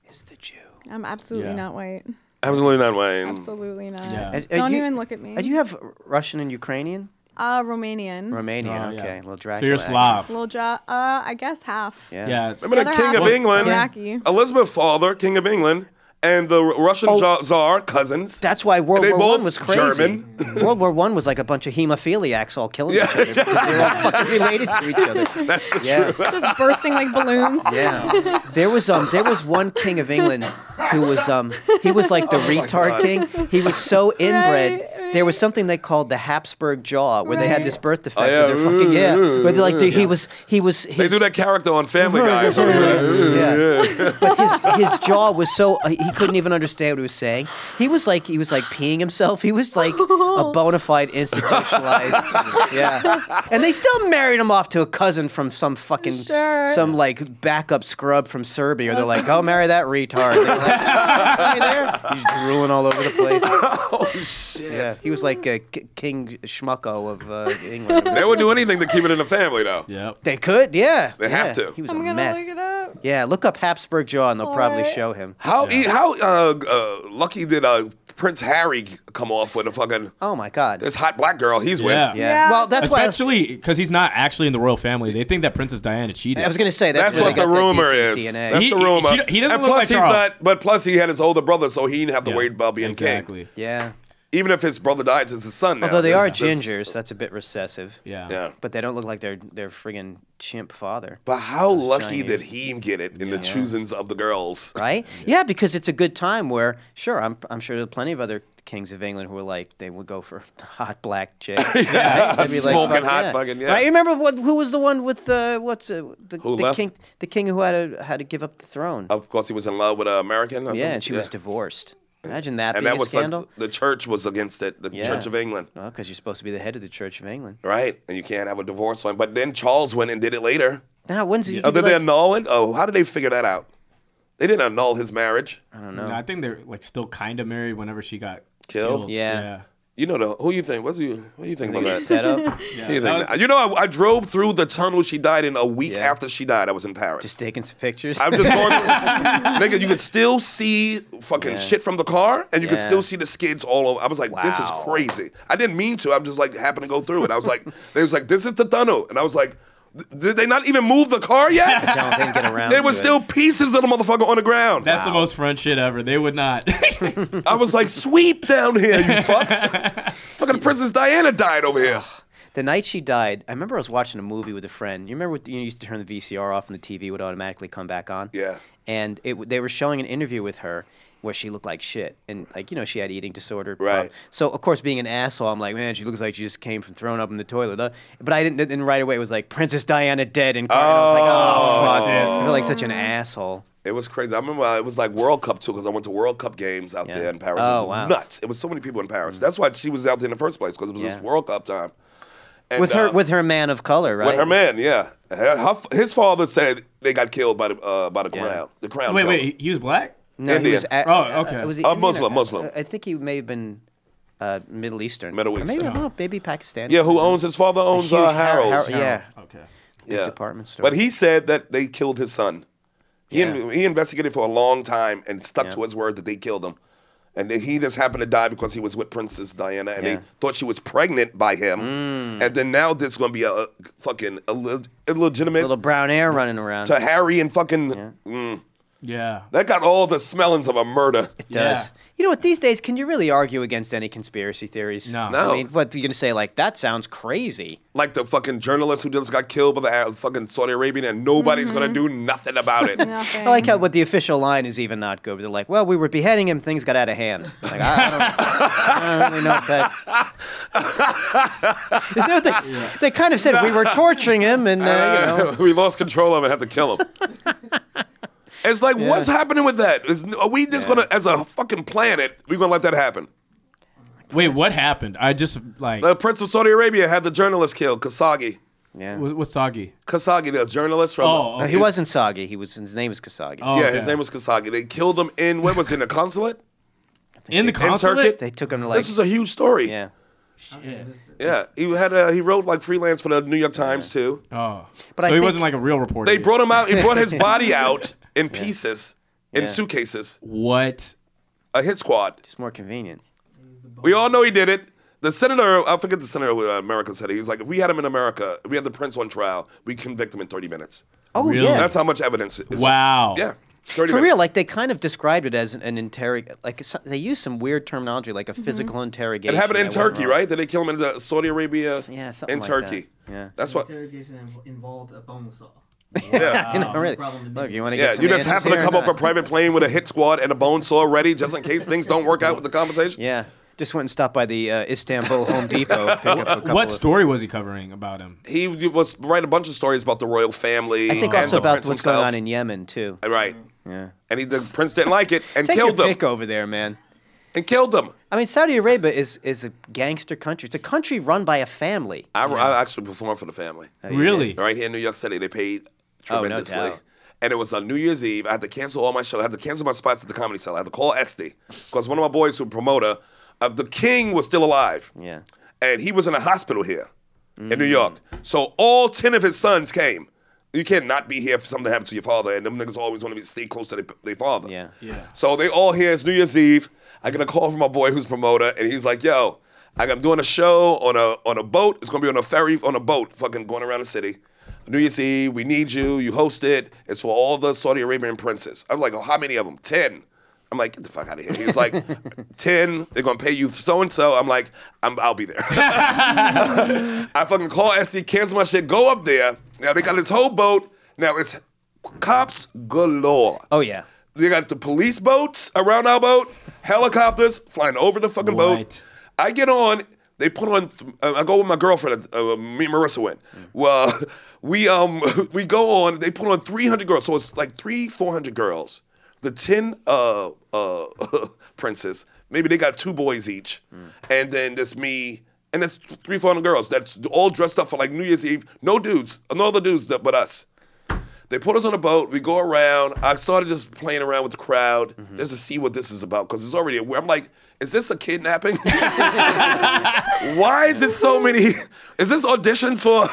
Speaker 9: is the Jew.
Speaker 12: I'm absolutely
Speaker 7: Yeah.
Speaker 12: not white.
Speaker 5: Absolutely not Wayne.
Speaker 12: Absolutely not.
Speaker 7: Yeah.
Speaker 9: Uh, uh,
Speaker 12: Don't
Speaker 9: you-
Speaker 12: even look at me.
Speaker 9: uh, Do you have Russian and Ukrainian?
Speaker 12: uh, Romanian.
Speaker 9: Romanian.
Speaker 7: Oh, yeah.
Speaker 9: okay, little
Speaker 7: So
Speaker 9: Dracula.
Speaker 7: you're
Speaker 9: action.
Speaker 7: Slav.
Speaker 12: Little ja- uh, I guess half.
Speaker 9: Yeah.
Speaker 7: Yeah. it's-
Speaker 5: Remember
Speaker 12: The
Speaker 5: the
Speaker 12: other
Speaker 5: King
Speaker 12: half
Speaker 5: of
Speaker 12: was
Speaker 5: England,
Speaker 12: Iraqi.
Speaker 5: Elizabeth father, King of England, and the R- Russian
Speaker 9: Oh.
Speaker 5: ja- czar cousins.
Speaker 9: That's why World
Speaker 5: They
Speaker 9: War One
Speaker 5: both
Speaker 9: was crazy.
Speaker 5: German.
Speaker 9: World War One was like a bunch of hemophiliacs all killing each other because they were all fucking related to each other. That's the truth.
Speaker 12: Just bursting like balloons.
Speaker 9: Yeah, there was um there was one king of England who was um he was like the retard king. He was so inbred. There was something they called the Habsburg jaw, where they had
Speaker 12: Right.
Speaker 9: this birth
Speaker 5: Oh,
Speaker 9: defect.
Speaker 5: yeah.
Speaker 9: where they're fucking, yeah,
Speaker 5: Ooh,
Speaker 9: where they're like the, he was he was.
Speaker 5: they
Speaker 9: His,
Speaker 5: do that character on Family Guy. or something.
Speaker 9: yeah. But his his jaw was so uh, he couldn't even understand what he was saying. He was like he was like peeing himself. He was like a bona fide institutionalized. yeah, and they still married him off to a cousin from some fucking
Speaker 12: Sure.
Speaker 9: some like backup scrub from Serbia. They're like, oh, marry that retard. They're like, "Oh, is he there? He's drooling all over the place.
Speaker 5: Oh shit!
Speaker 9: Yeah, he was like a K- King Schmucko of uh, England.
Speaker 5: They would do anything to keep it in the family, though.
Speaker 7: Yep.
Speaker 9: They could, yeah.
Speaker 5: They have
Speaker 9: yeah.
Speaker 5: to.
Speaker 9: He was
Speaker 12: I'm
Speaker 9: a
Speaker 12: gonna
Speaker 9: mess.
Speaker 12: look it up.
Speaker 9: Yeah, look up Habsburg Jaw and they'll probably
Speaker 12: Alright.
Speaker 9: show him.
Speaker 5: How e- how uh, uh, lucky did uh, Prince Harry come off with a fucking
Speaker 9: Oh my God.
Speaker 5: this hot black girl he's with?
Speaker 7: Yeah.
Speaker 9: yeah.
Speaker 12: Yeah.
Speaker 9: Well, that's why.
Speaker 7: Especially because he's not actually in the royal family. They think that Princess Diana cheated.
Speaker 9: I was gonna say
Speaker 5: That's
Speaker 9: that's, where
Speaker 5: what
Speaker 9: they
Speaker 5: the
Speaker 9: got that
Speaker 5: rumor
Speaker 9: decent
Speaker 5: is.
Speaker 9: DNA.
Speaker 5: That's
Speaker 7: He-
Speaker 5: the rumor.
Speaker 7: he- he doesn't
Speaker 5: and
Speaker 7: look
Speaker 5: plus
Speaker 7: like
Speaker 5: he's
Speaker 7: Charles.
Speaker 5: not. But plus he had his older brother, so he didn't have to
Speaker 7: Yeah.
Speaker 5: worry about being
Speaker 7: exactly.
Speaker 5: king.
Speaker 9: yeah.
Speaker 5: Even if his brother dies, it's his son. Now.
Speaker 9: Although they
Speaker 5: This-
Speaker 9: are
Speaker 5: this-
Speaker 9: gingers, that's a bit recessive.
Speaker 7: Yeah.
Speaker 5: Yeah.
Speaker 9: But they don't look like their their friggin' chimp father.
Speaker 5: But how lucky
Speaker 9: giant
Speaker 5: did
Speaker 9: ears.
Speaker 5: he get it in the choosings of the girls?
Speaker 9: Right? Yeah. because it's a good time where, sure, I'm, I'm sure there are plenty of other kings of England who were like, they would go for hot black chick. yeah,
Speaker 5: smoking hot fucking, yeah.
Speaker 9: Right? You remember what, who was the one with uh, what's uh, the,
Speaker 5: Who
Speaker 9: the
Speaker 5: left? Oh,
Speaker 9: king the king who had to, had to give up the throne?
Speaker 5: Of course, he was in love with an American. Or something.
Speaker 9: yeah, and she was divorced. Imagine that
Speaker 5: And
Speaker 9: being
Speaker 5: that
Speaker 9: a
Speaker 5: was like
Speaker 9: scandal.
Speaker 5: the church was against it. The
Speaker 9: Yeah.
Speaker 5: Church of England,
Speaker 9: Well, because you're supposed to be the head of the Church of England.
Speaker 5: right? And you can't have a divorce one. But then Charles went and did it later.
Speaker 9: Now, when's yeah.
Speaker 5: Oh, did they annul it? Oh, how did they figure that out? They didn't annul his marriage.
Speaker 7: No, I think they're like still kind of married whenever she got
Speaker 5: Killed?
Speaker 7: killed.
Speaker 9: Yeah.
Speaker 5: You know the who you think? What's you? What do you think about that?
Speaker 9: set up
Speaker 7: Yeah.
Speaker 5: You,
Speaker 7: That
Speaker 5: think
Speaker 7: was-
Speaker 5: that- you know, I, I drove through the tunnel she died in a week
Speaker 9: Yeah.
Speaker 5: after she died. I was in Paris.
Speaker 9: just taking some pictures.
Speaker 5: I'm just going through. Nigga, you could still see fucking
Speaker 9: Yeah.
Speaker 5: shit from the car, and you could
Speaker 9: Yeah.
Speaker 5: still see the skids all over. I was like, this is
Speaker 9: Wow.
Speaker 5: crazy. I didn't mean to. I'm just like, happened to go through it. I was like, they was like, this is the tunnel. And I was like, "Th- did they not even move the car yet?
Speaker 9: don't think get around.
Speaker 5: There were
Speaker 9: to it.
Speaker 5: still pieces of the motherfucker on the ground.
Speaker 7: That's the most French shit ever. They would not.
Speaker 5: I was like, sweep down here, you fucks. Fucking Princess Diana died over here.
Speaker 9: the night she died. I remember I was watching a movie with a friend. You remember with, you used to turn the VCR off and the TV would automatically come back on.
Speaker 5: Yeah.
Speaker 9: And it w- they were showing an interview with her where she looked like shit and like you know she had eating disorder. blah.
Speaker 5: Right.
Speaker 9: So of course being an asshole, I'm like, man, she looks like she just came from throwing up in the toilet. uh." But I didn't. Then right away it was like Princess Diana dead and, and I was like, oh fuck, I feel like such an asshole.
Speaker 5: It was crazy. I remember uh, it was like World Cup too, because I went to World Cup games out
Speaker 9: Yeah.
Speaker 5: there in Paris.
Speaker 9: Oh,
Speaker 5: it was
Speaker 9: wow. Mm-hmm.
Speaker 5: nuts. It was so many people in Paris. That's why she was out there in the first place, because it was
Speaker 9: Yeah.
Speaker 5: just World Cup time. And,
Speaker 9: With her
Speaker 5: uh,
Speaker 9: with her man of color, right?
Speaker 5: with her man, yeah. Her- her- his father said they got killed by the uh, by the crown. The crown.
Speaker 7: wait,
Speaker 5: killed
Speaker 7: wait. He was black.
Speaker 9: No, he
Speaker 5: Indian.
Speaker 9: was a- uh,
Speaker 7: Oh, okay.
Speaker 9: was he
Speaker 5: Oh,
Speaker 9: Indian?
Speaker 5: Muslim,
Speaker 9: I-
Speaker 5: Muslim.
Speaker 9: I, I think he may have been uh, Middle Eastern.
Speaker 5: Middle
Speaker 9: Or Maybe I
Speaker 7: Oh.
Speaker 5: Eastern.
Speaker 9: don't know. Maybe Pakistani.
Speaker 5: Yeah, who owns his father
Speaker 9: A
Speaker 5: owns
Speaker 9: huge
Speaker 5: uh,
Speaker 9: Har-
Speaker 5: Harrods.
Speaker 9: Har- yeah.
Speaker 7: Okay.
Speaker 5: yeah.
Speaker 9: department store.
Speaker 5: But he said that they killed his son. He, in-
Speaker 9: Yeah.
Speaker 5: he investigated for a long time and stuck to his word that they killed him. And then he just happened to die because he was with Princess Diana and
Speaker 9: Yeah. Mm.
Speaker 5: they thought she was pregnant by him. And then now there's going to be a, a fucking illeg- illegitimate
Speaker 9: Little brown air running around.
Speaker 5: to Harry and fucking. Mm,
Speaker 7: Yeah.
Speaker 5: that got all the smellings of a murder.
Speaker 9: does. You know what? These days, can you really argue against any conspiracy theories?
Speaker 7: No.
Speaker 5: No.
Speaker 9: I mean, what you're gonna say? Like that sounds crazy.
Speaker 5: Like the fucking journalist who just got killed by the uh, fucking Saudi Arabian and nobody's going to do nothing about it.
Speaker 9: I like how what the official line is even not good. They're like, "Well, we were beheading him. Things got out of hand." Like I, I, don't, I don't really know if that. Isn't that what they, they kind of said we were torturing him, and uh, you know,
Speaker 5: we lost control of it. Had to kill him. it's like, what's happening with that? Is, are we just gonna, as a fucking planet, we gonna let that happen?
Speaker 7: Wait, what happened? I just like
Speaker 5: The Prince of Saudi Arabia had the journalist killed, Kasagi.
Speaker 9: yeah.
Speaker 7: wha- what's Soggy?
Speaker 5: Kasagi, the journalist from.
Speaker 7: Oh,
Speaker 9: No, he wasn't Soggy. He was his name is Kasagi.
Speaker 7: Oh,
Speaker 5: yeah,
Speaker 7: okay.
Speaker 5: his name was Kasagi. They killed him in what was it, in a consulate?
Speaker 7: in the consulate.
Speaker 9: They took him to like
Speaker 5: this is a huge story.
Speaker 9: yeah.
Speaker 5: yeah. He had a, he wrote like freelance for the New York Times too.
Speaker 7: Oh,
Speaker 9: But
Speaker 7: so
Speaker 9: I
Speaker 7: he
Speaker 9: think-
Speaker 7: wasn't like a real reporter.
Speaker 5: They brought him out. He brought his body out in pieces, in
Speaker 9: Yeah.
Speaker 5: suitcases.
Speaker 7: what?
Speaker 5: A hit squad.
Speaker 9: It's more convenient.
Speaker 5: We all know he did it. The senator, I forget the senator of America said it. He's like, if we had him in America, if we had the prince on trial, we convict him in 30 minutes.
Speaker 9: Oh
Speaker 7: Really?
Speaker 9: yeah.
Speaker 5: That's how much evidence is.
Speaker 7: Wow.
Speaker 5: Yeah. 30
Speaker 9: For
Speaker 5: minutes.
Speaker 9: real, like they kind of described it as an, an interrog like so- they use some weird terminology, like a physical
Speaker 5: Mm-hmm. It
Speaker 9: interrogation.
Speaker 5: happened in
Speaker 9: that went
Speaker 5: Turkey,
Speaker 9: wrong.
Speaker 5: right? Did they kill him in the Saudi Arabia?
Speaker 9: Yeah, something
Speaker 5: In
Speaker 9: like
Speaker 5: Turkey.
Speaker 9: that. Yeah.
Speaker 5: That's what.
Speaker 13: Interrogation inv- involved a bone saw.
Speaker 5: Yeah.
Speaker 9: You know, really.
Speaker 13: problem to me.
Speaker 9: Look, you want to
Speaker 5: Yeah,
Speaker 9: get some
Speaker 5: you just
Speaker 9: answers
Speaker 5: happen to
Speaker 9: here or
Speaker 5: come off a
Speaker 9: not?
Speaker 5: private plane with a hit squad and a bone saw ready just in case things don't work out with the conversation.
Speaker 9: Yeah, just went and stopped by the uh, Istanbul Home Depot. to Pick up a couple
Speaker 7: What
Speaker 9: of-
Speaker 7: story was he covering about him?
Speaker 5: He was write a bunch of stories about the royal family.
Speaker 9: I think
Speaker 5: and
Speaker 9: also
Speaker 5: the
Speaker 9: about
Speaker 5: prince
Speaker 9: what's going on
Speaker 5: himself.
Speaker 9: in Yemen too.
Speaker 5: Right.
Speaker 9: Yeah,
Speaker 5: And he, the prince didn't like it and
Speaker 9: take your
Speaker 5: killed them.
Speaker 9: pick over there, man.
Speaker 5: And killed them.
Speaker 9: I mean, Saudi Arabia is is a gangster country. It's a country run by a family.
Speaker 5: I, I actually performed for the family.
Speaker 7: really?
Speaker 5: right here in New York City. They paid
Speaker 9: Oh, no
Speaker 5: tremendously.
Speaker 9: doubt.
Speaker 5: And it was on New Year's Eve. I had to cancel all my shows. I had to cancel my spots at the comedy cell. I had to call Esty because one of my boys, who promoter, uh, the King was still alive.
Speaker 9: Yeah. Mm.
Speaker 5: and he was in a hospital here in New York. So all ten of his sons came. You can't not be here if something happens to your father, and them niggas always want to be stay close to their, their father.
Speaker 9: Yeah.
Speaker 7: Yeah.
Speaker 5: So they all here. It's New Year's Eve. I get a call from my boy who's promoter, and he's like, "Yo, I'm doing a show on a on a boat. It's gonna be on a ferry on a boat, fucking going around the city. New Year's Eve. We need you. You host it. It's for all the Saudi Arabian princes. I'm like, oh, how many of them? Ten. I'm like, get the fuck out of here. He was like, ten. They're gonna pay you so and so. I'm like, I'm, I'll be there. I fucking call SC, cancel my shit, go up there. Now they got this whole boat. Now it's cops galore.
Speaker 9: Oh yeah.
Speaker 5: They got the police boats around our boat, helicopters flying over the fucking boat.
Speaker 7: Right.
Speaker 5: I get on. They put on. th- uh, I go with my girlfriend. Uh, uh, me and Marissa went. Well, we um we go on. They put on three hundred girls, so it's like three four hundred girls. The ten uh uh princes. Maybe they got two boys each, and then there's me. And that's three, four hundred girls. That's all dressed up for like New Year's Eve. No dudes, no other dudes that- but us. They put us on a boat. We go around. I started just playing around with the crowd just to see what this is about because it's already. I'm like, is this a kidnapping? Why is this so many? Is this auditions for?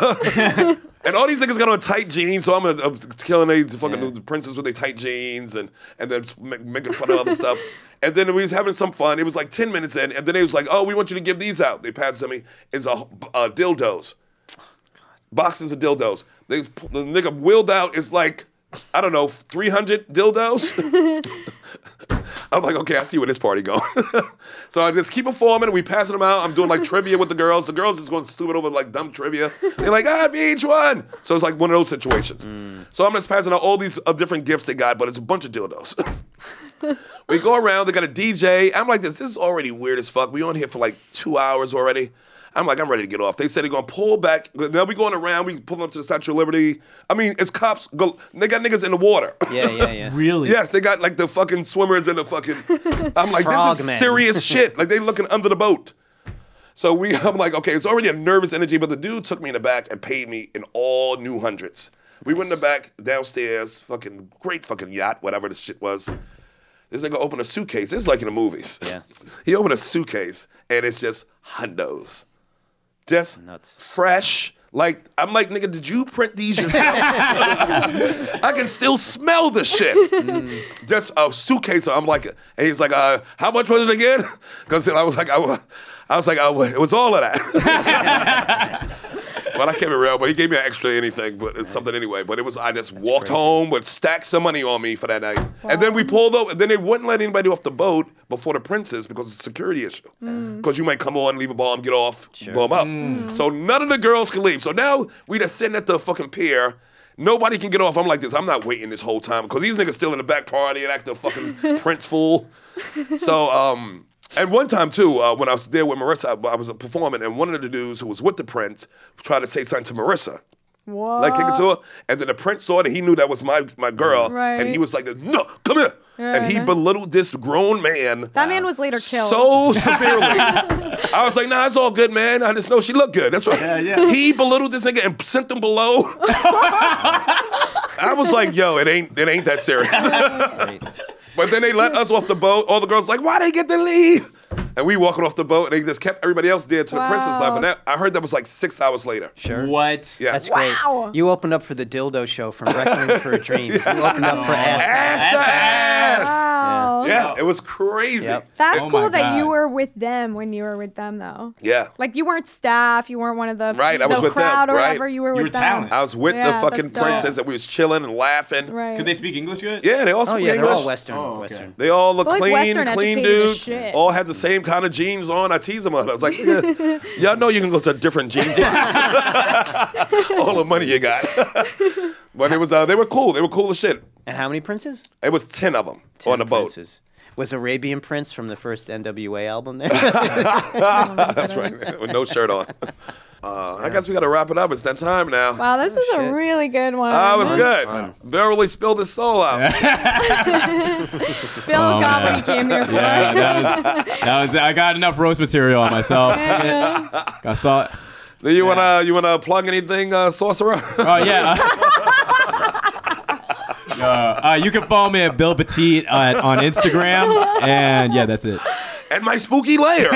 Speaker 5: and all these niggas got on tight jeans, so I'm, a, I'm killing these fucking princes with their tight jeans and and then ma- making fun of other stuff. And then we was having some fun. It was like ten minutes in, and then they was like, "Oh, we want you to give these out." They passed to me is a uh, dildos boxes of dildos. They, the nigga wheeled out is like, I don't know, 300 dildos. I'm like, okay, I see where this party going. so I just keep performing. We passing them out. I'm doing like trivia with the girls. The girls just going stupid over like dumb trivia. They're like, ah, VH1. So it's like one of those situations. So I'm just passing out all these uh, different gifts they got, but it's a bunch of dildos. We go around, they got a DJ. I'm like, this, this is already weird as fuck. We on here for like two hours already. I'm like, I'm ready to get off. They said they're gonna pull back. Now we going around, we pulling up to the Statue of Liberty. I mean, it's cops go they got niggas in the water.
Speaker 9: Yeah, yeah, yeah.
Speaker 7: Really?
Speaker 5: yes, they got like the fucking swimmers and the fucking I'm like, this is
Speaker 9: Frogmen.
Speaker 5: serious shit. Like they looking under the boat. So we I'm like, okay, it's already a nervous energy, but the dude took me in the back and paid me in all new hundreds. We went in the back downstairs, fucking great fucking yacht, whatever the shit was. This nigga opened a suitcase. This is like in the movies.
Speaker 9: Yeah.
Speaker 5: he opened a suitcase and it's just hundos. Just
Speaker 9: Nuts.
Speaker 5: fresh. Like I'm like, nigga, did you print these yourself? I can still smell the shit. Just a suitcase. I'm like, and he's like, uh, how much was it again? Because I was like, I, wa- I was like, I, wa- it was all of that. but I can't be real. But he gave me an extra anything, but it's something anyway. But it was, I just walked home with stacks of money on me for that night. And then we pulled over. And then they wouldn't let anybody off the boat before the princess because it's a security issue. Because you might come on, leave a bomb, get off, blow 'em up. So none of the girls can leave. So now we just sitting at the fucking pier. Nobody can get off. I'm like this. I'm not waiting this whole time because these niggas still in the back party and acting a fucking prince fool. So, um, and one time too, uh, when I was there with Marissa, I, I was performing, and one of the dudes who was with the prince tried to say something to Marissa. What? Like kick it to her, and then the prince saw it, and he knew that was my my girl, and he
Speaker 6: Right.
Speaker 5: was like, "No, come here," and he belittled this grown man.
Speaker 6: That man was later killed.
Speaker 5: So severely. I was like, nah, it's all good, man. I just know she looked good. That's right. Yeah, yeah. He belittled this nigga and sent him below. I was like, yo, it ain't it ain't that serious. but then they let us off the boat. All the girls like, why they get to leave? And we walking off the boat, and they just kept everybody else there to the princess life. And that, I heard that was like six hours later.
Speaker 9: Sure.
Speaker 7: What?
Speaker 5: Yeah.
Speaker 9: That's great. You opened up for the dildo show from Requiem for a Dream. You opened up for ass.
Speaker 5: ass to ass.
Speaker 6: Wow.
Speaker 5: Yeah, it was crazy.
Speaker 9: Yep.
Speaker 6: That's
Speaker 7: Oh my
Speaker 6: cool that you
Speaker 7: God.
Speaker 6: were with them when you were with them, though.
Speaker 5: Yeah.
Speaker 6: Like you weren't staff, you weren't one of the
Speaker 5: Right, I
Speaker 6: the
Speaker 5: was with them,
Speaker 6: crowd or
Speaker 5: right.
Speaker 6: whatever. You were
Speaker 7: You
Speaker 6: with
Speaker 7: were
Speaker 6: them.
Speaker 7: talented.
Speaker 5: I was with
Speaker 6: Yeah,
Speaker 5: the fucking
Speaker 6: that's dope.
Speaker 5: princess, and we was chilling and laughing.
Speaker 6: Right.
Speaker 7: Could they speak English good?
Speaker 5: Yeah, they all
Speaker 9: Oh
Speaker 5: speak
Speaker 9: yeah, they're all
Speaker 5: English.
Speaker 9: Western.
Speaker 7: Oh, okay.
Speaker 9: Western.
Speaker 5: They all look
Speaker 6: Well, like,
Speaker 5: clean,
Speaker 6: Western
Speaker 5: clean
Speaker 6: educated as
Speaker 5: dudes.
Speaker 6: shit.
Speaker 5: All had the same kind of jeans on. I tease them on. it. I was like, yeah, y'all know you can go to a different jeans. box. all the money you got. but it was uh, they were cool. They were cool as shit.
Speaker 9: And how many princes?
Speaker 5: It was ten of them on the
Speaker 9: Ten
Speaker 5: boat.
Speaker 9: princes. Was Arabian Prince from the first NWA album there?
Speaker 5: That's right, with no shirt on. Uh, I guess we got to wrap it up. It's that time now.
Speaker 6: Wow, this was
Speaker 9: shit.
Speaker 6: a really good one.
Speaker 5: Ah, Oh, it was good.
Speaker 9: fun.
Speaker 5: Bill really spilled his soul out.
Speaker 6: Bill Goblin came here for
Speaker 7: Oh, Yeah, that was, that was. I got enough roast material on myself. I saw it.
Speaker 5: Do you wanna you wanna plug anything, uh, sorcerer?
Speaker 7: Oh yeah. Uh, uh, you can follow me at Bill Petit on, on Instagram, and yeah, that's it.
Speaker 5: and my spooky layer.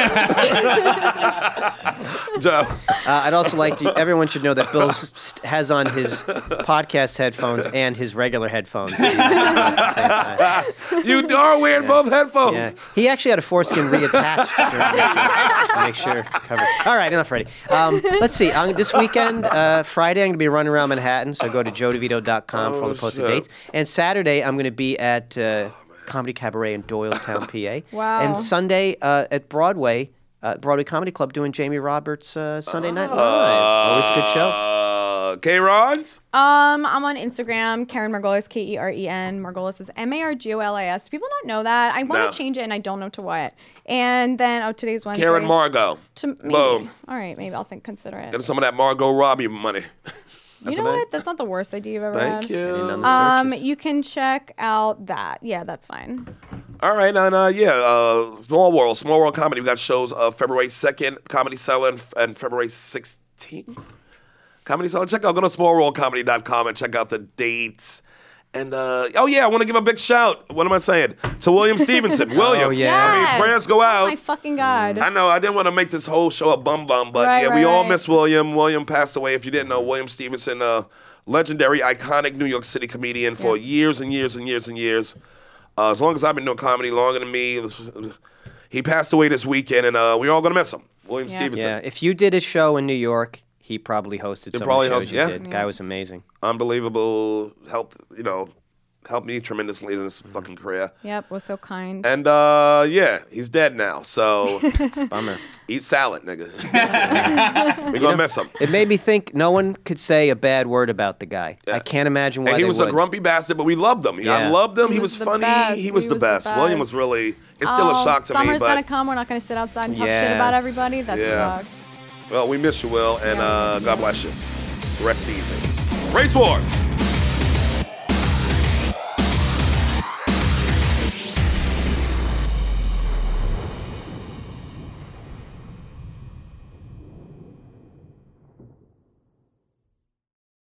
Speaker 5: Joe.
Speaker 9: Uh, I'd also like to. Everyone should know that Bill s- s- has on his podcast headphones and his regular headphones. yeah.
Speaker 5: You are wearing both headphones.
Speaker 9: He actually had a foreskin reattached. During the show. Make sure covered. All right, enough Freddie. Um, let's see. i this weekend, uh, Friday, I'm going to be running around Manhattan, so go to joedevito.com for all the posted
Speaker 5: shit.
Speaker 9: dates. And Saturday, I'm going to be at uh, Comedy Cabaret in Doylestown, PA.
Speaker 6: Wow.
Speaker 9: And Sunday uh, at Broadway. Uh, Broadway Comedy Club doing Jamie Roberts uh, Sunday Night Live. Always a good show.
Speaker 5: Uh, K Rons?
Speaker 6: Um, I'm on Instagram, Karen Margolis, K E R E N. Margolis is M A R G O L I S. People not know that. I want to
Speaker 5: No.
Speaker 6: change it, and I don't know to what. And then oh, today's Wednesday.
Speaker 5: Karen Margot.
Speaker 6: To, maybe.
Speaker 5: Boom.
Speaker 6: All right, maybe I'll think consider it.
Speaker 5: Get some of that Margot Robbie money.
Speaker 6: You know what? That's not the worst idea you've ever
Speaker 5: Thank
Speaker 6: had.
Speaker 9: Uh,
Speaker 5: you.
Speaker 6: Um, you can check out that. Yeah, that's fine.
Speaker 5: All right, and uh, yeah, uh, Small World, Small World Comedy. We got shows uh, February 2nd, Comedy Cellar, and, and February 16th. Comedy Cellar. Check out, go to smallworldcomedy.com and check out the dates. And uh, oh, yeah, I want to give a big shout. What am I saying? To William Stevenson. William.
Speaker 9: Oh, yeah.
Speaker 5: I mean, prayers go out. Mm.
Speaker 6: Oh my fucking god.
Speaker 5: I know I didn't want to make this whole show a bum bum, but
Speaker 6: Right,
Speaker 5: yeah,
Speaker 6: right,
Speaker 5: we all
Speaker 6: right.
Speaker 5: miss William. William passed away. If you didn't know, William Stevenson, uh, legendary, iconic New York City comedian for years and years and years and years. Uh, as long as I've been doing comedy, longer than me. He passed away this weekend, and uh, we're all gonna miss him. William Stevenson,
Speaker 9: Yeah, if you did a show in New York, he probably hosted. Some
Speaker 5: probably
Speaker 9: of the shows
Speaker 5: hosted-
Speaker 9: you
Speaker 5: yeah.
Speaker 9: did. Guy was amazing.
Speaker 5: unbelievable. Helped you know, helped me tremendously in this fucking
Speaker 9: Mm-hmm.
Speaker 5: career.
Speaker 6: Yep, was so kind.
Speaker 5: And uh, yeah, he's dead now. So
Speaker 9: Bummer.
Speaker 5: eat salad, nigga. we gonna miss him.
Speaker 9: It made me think. No one could say a bad word about the guy. I can't imagine why
Speaker 5: And he
Speaker 9: they
Speaker 5: was a
Speaker 9: would.
Speaker 5: grumpy bastard, but we loved him. I
Speaker 9: Yeah.
Speaker 5: loved him. He, was,
Speaker 6: was the
Speaker 5: funny.
Speaker 6: best.
Speaker 5: He was the best. William was really. It's still a
Speaker 6: Oh,
Speaker 5: shock to
Speaker 6: summer's
Speaker 5: me,
Speaker 6: gonna
Speaker 5: but
Speaker 6: come. We're not gonna sit outside and talk shit
Speaker 9: Yeah.
Speaker 6: about everybody. That
Speaker 5: Yeah.
Speaker 6: sucks.
Speaker 5: well, we miss you, Will, and uh, God bless you. Rest easy. Race Wars.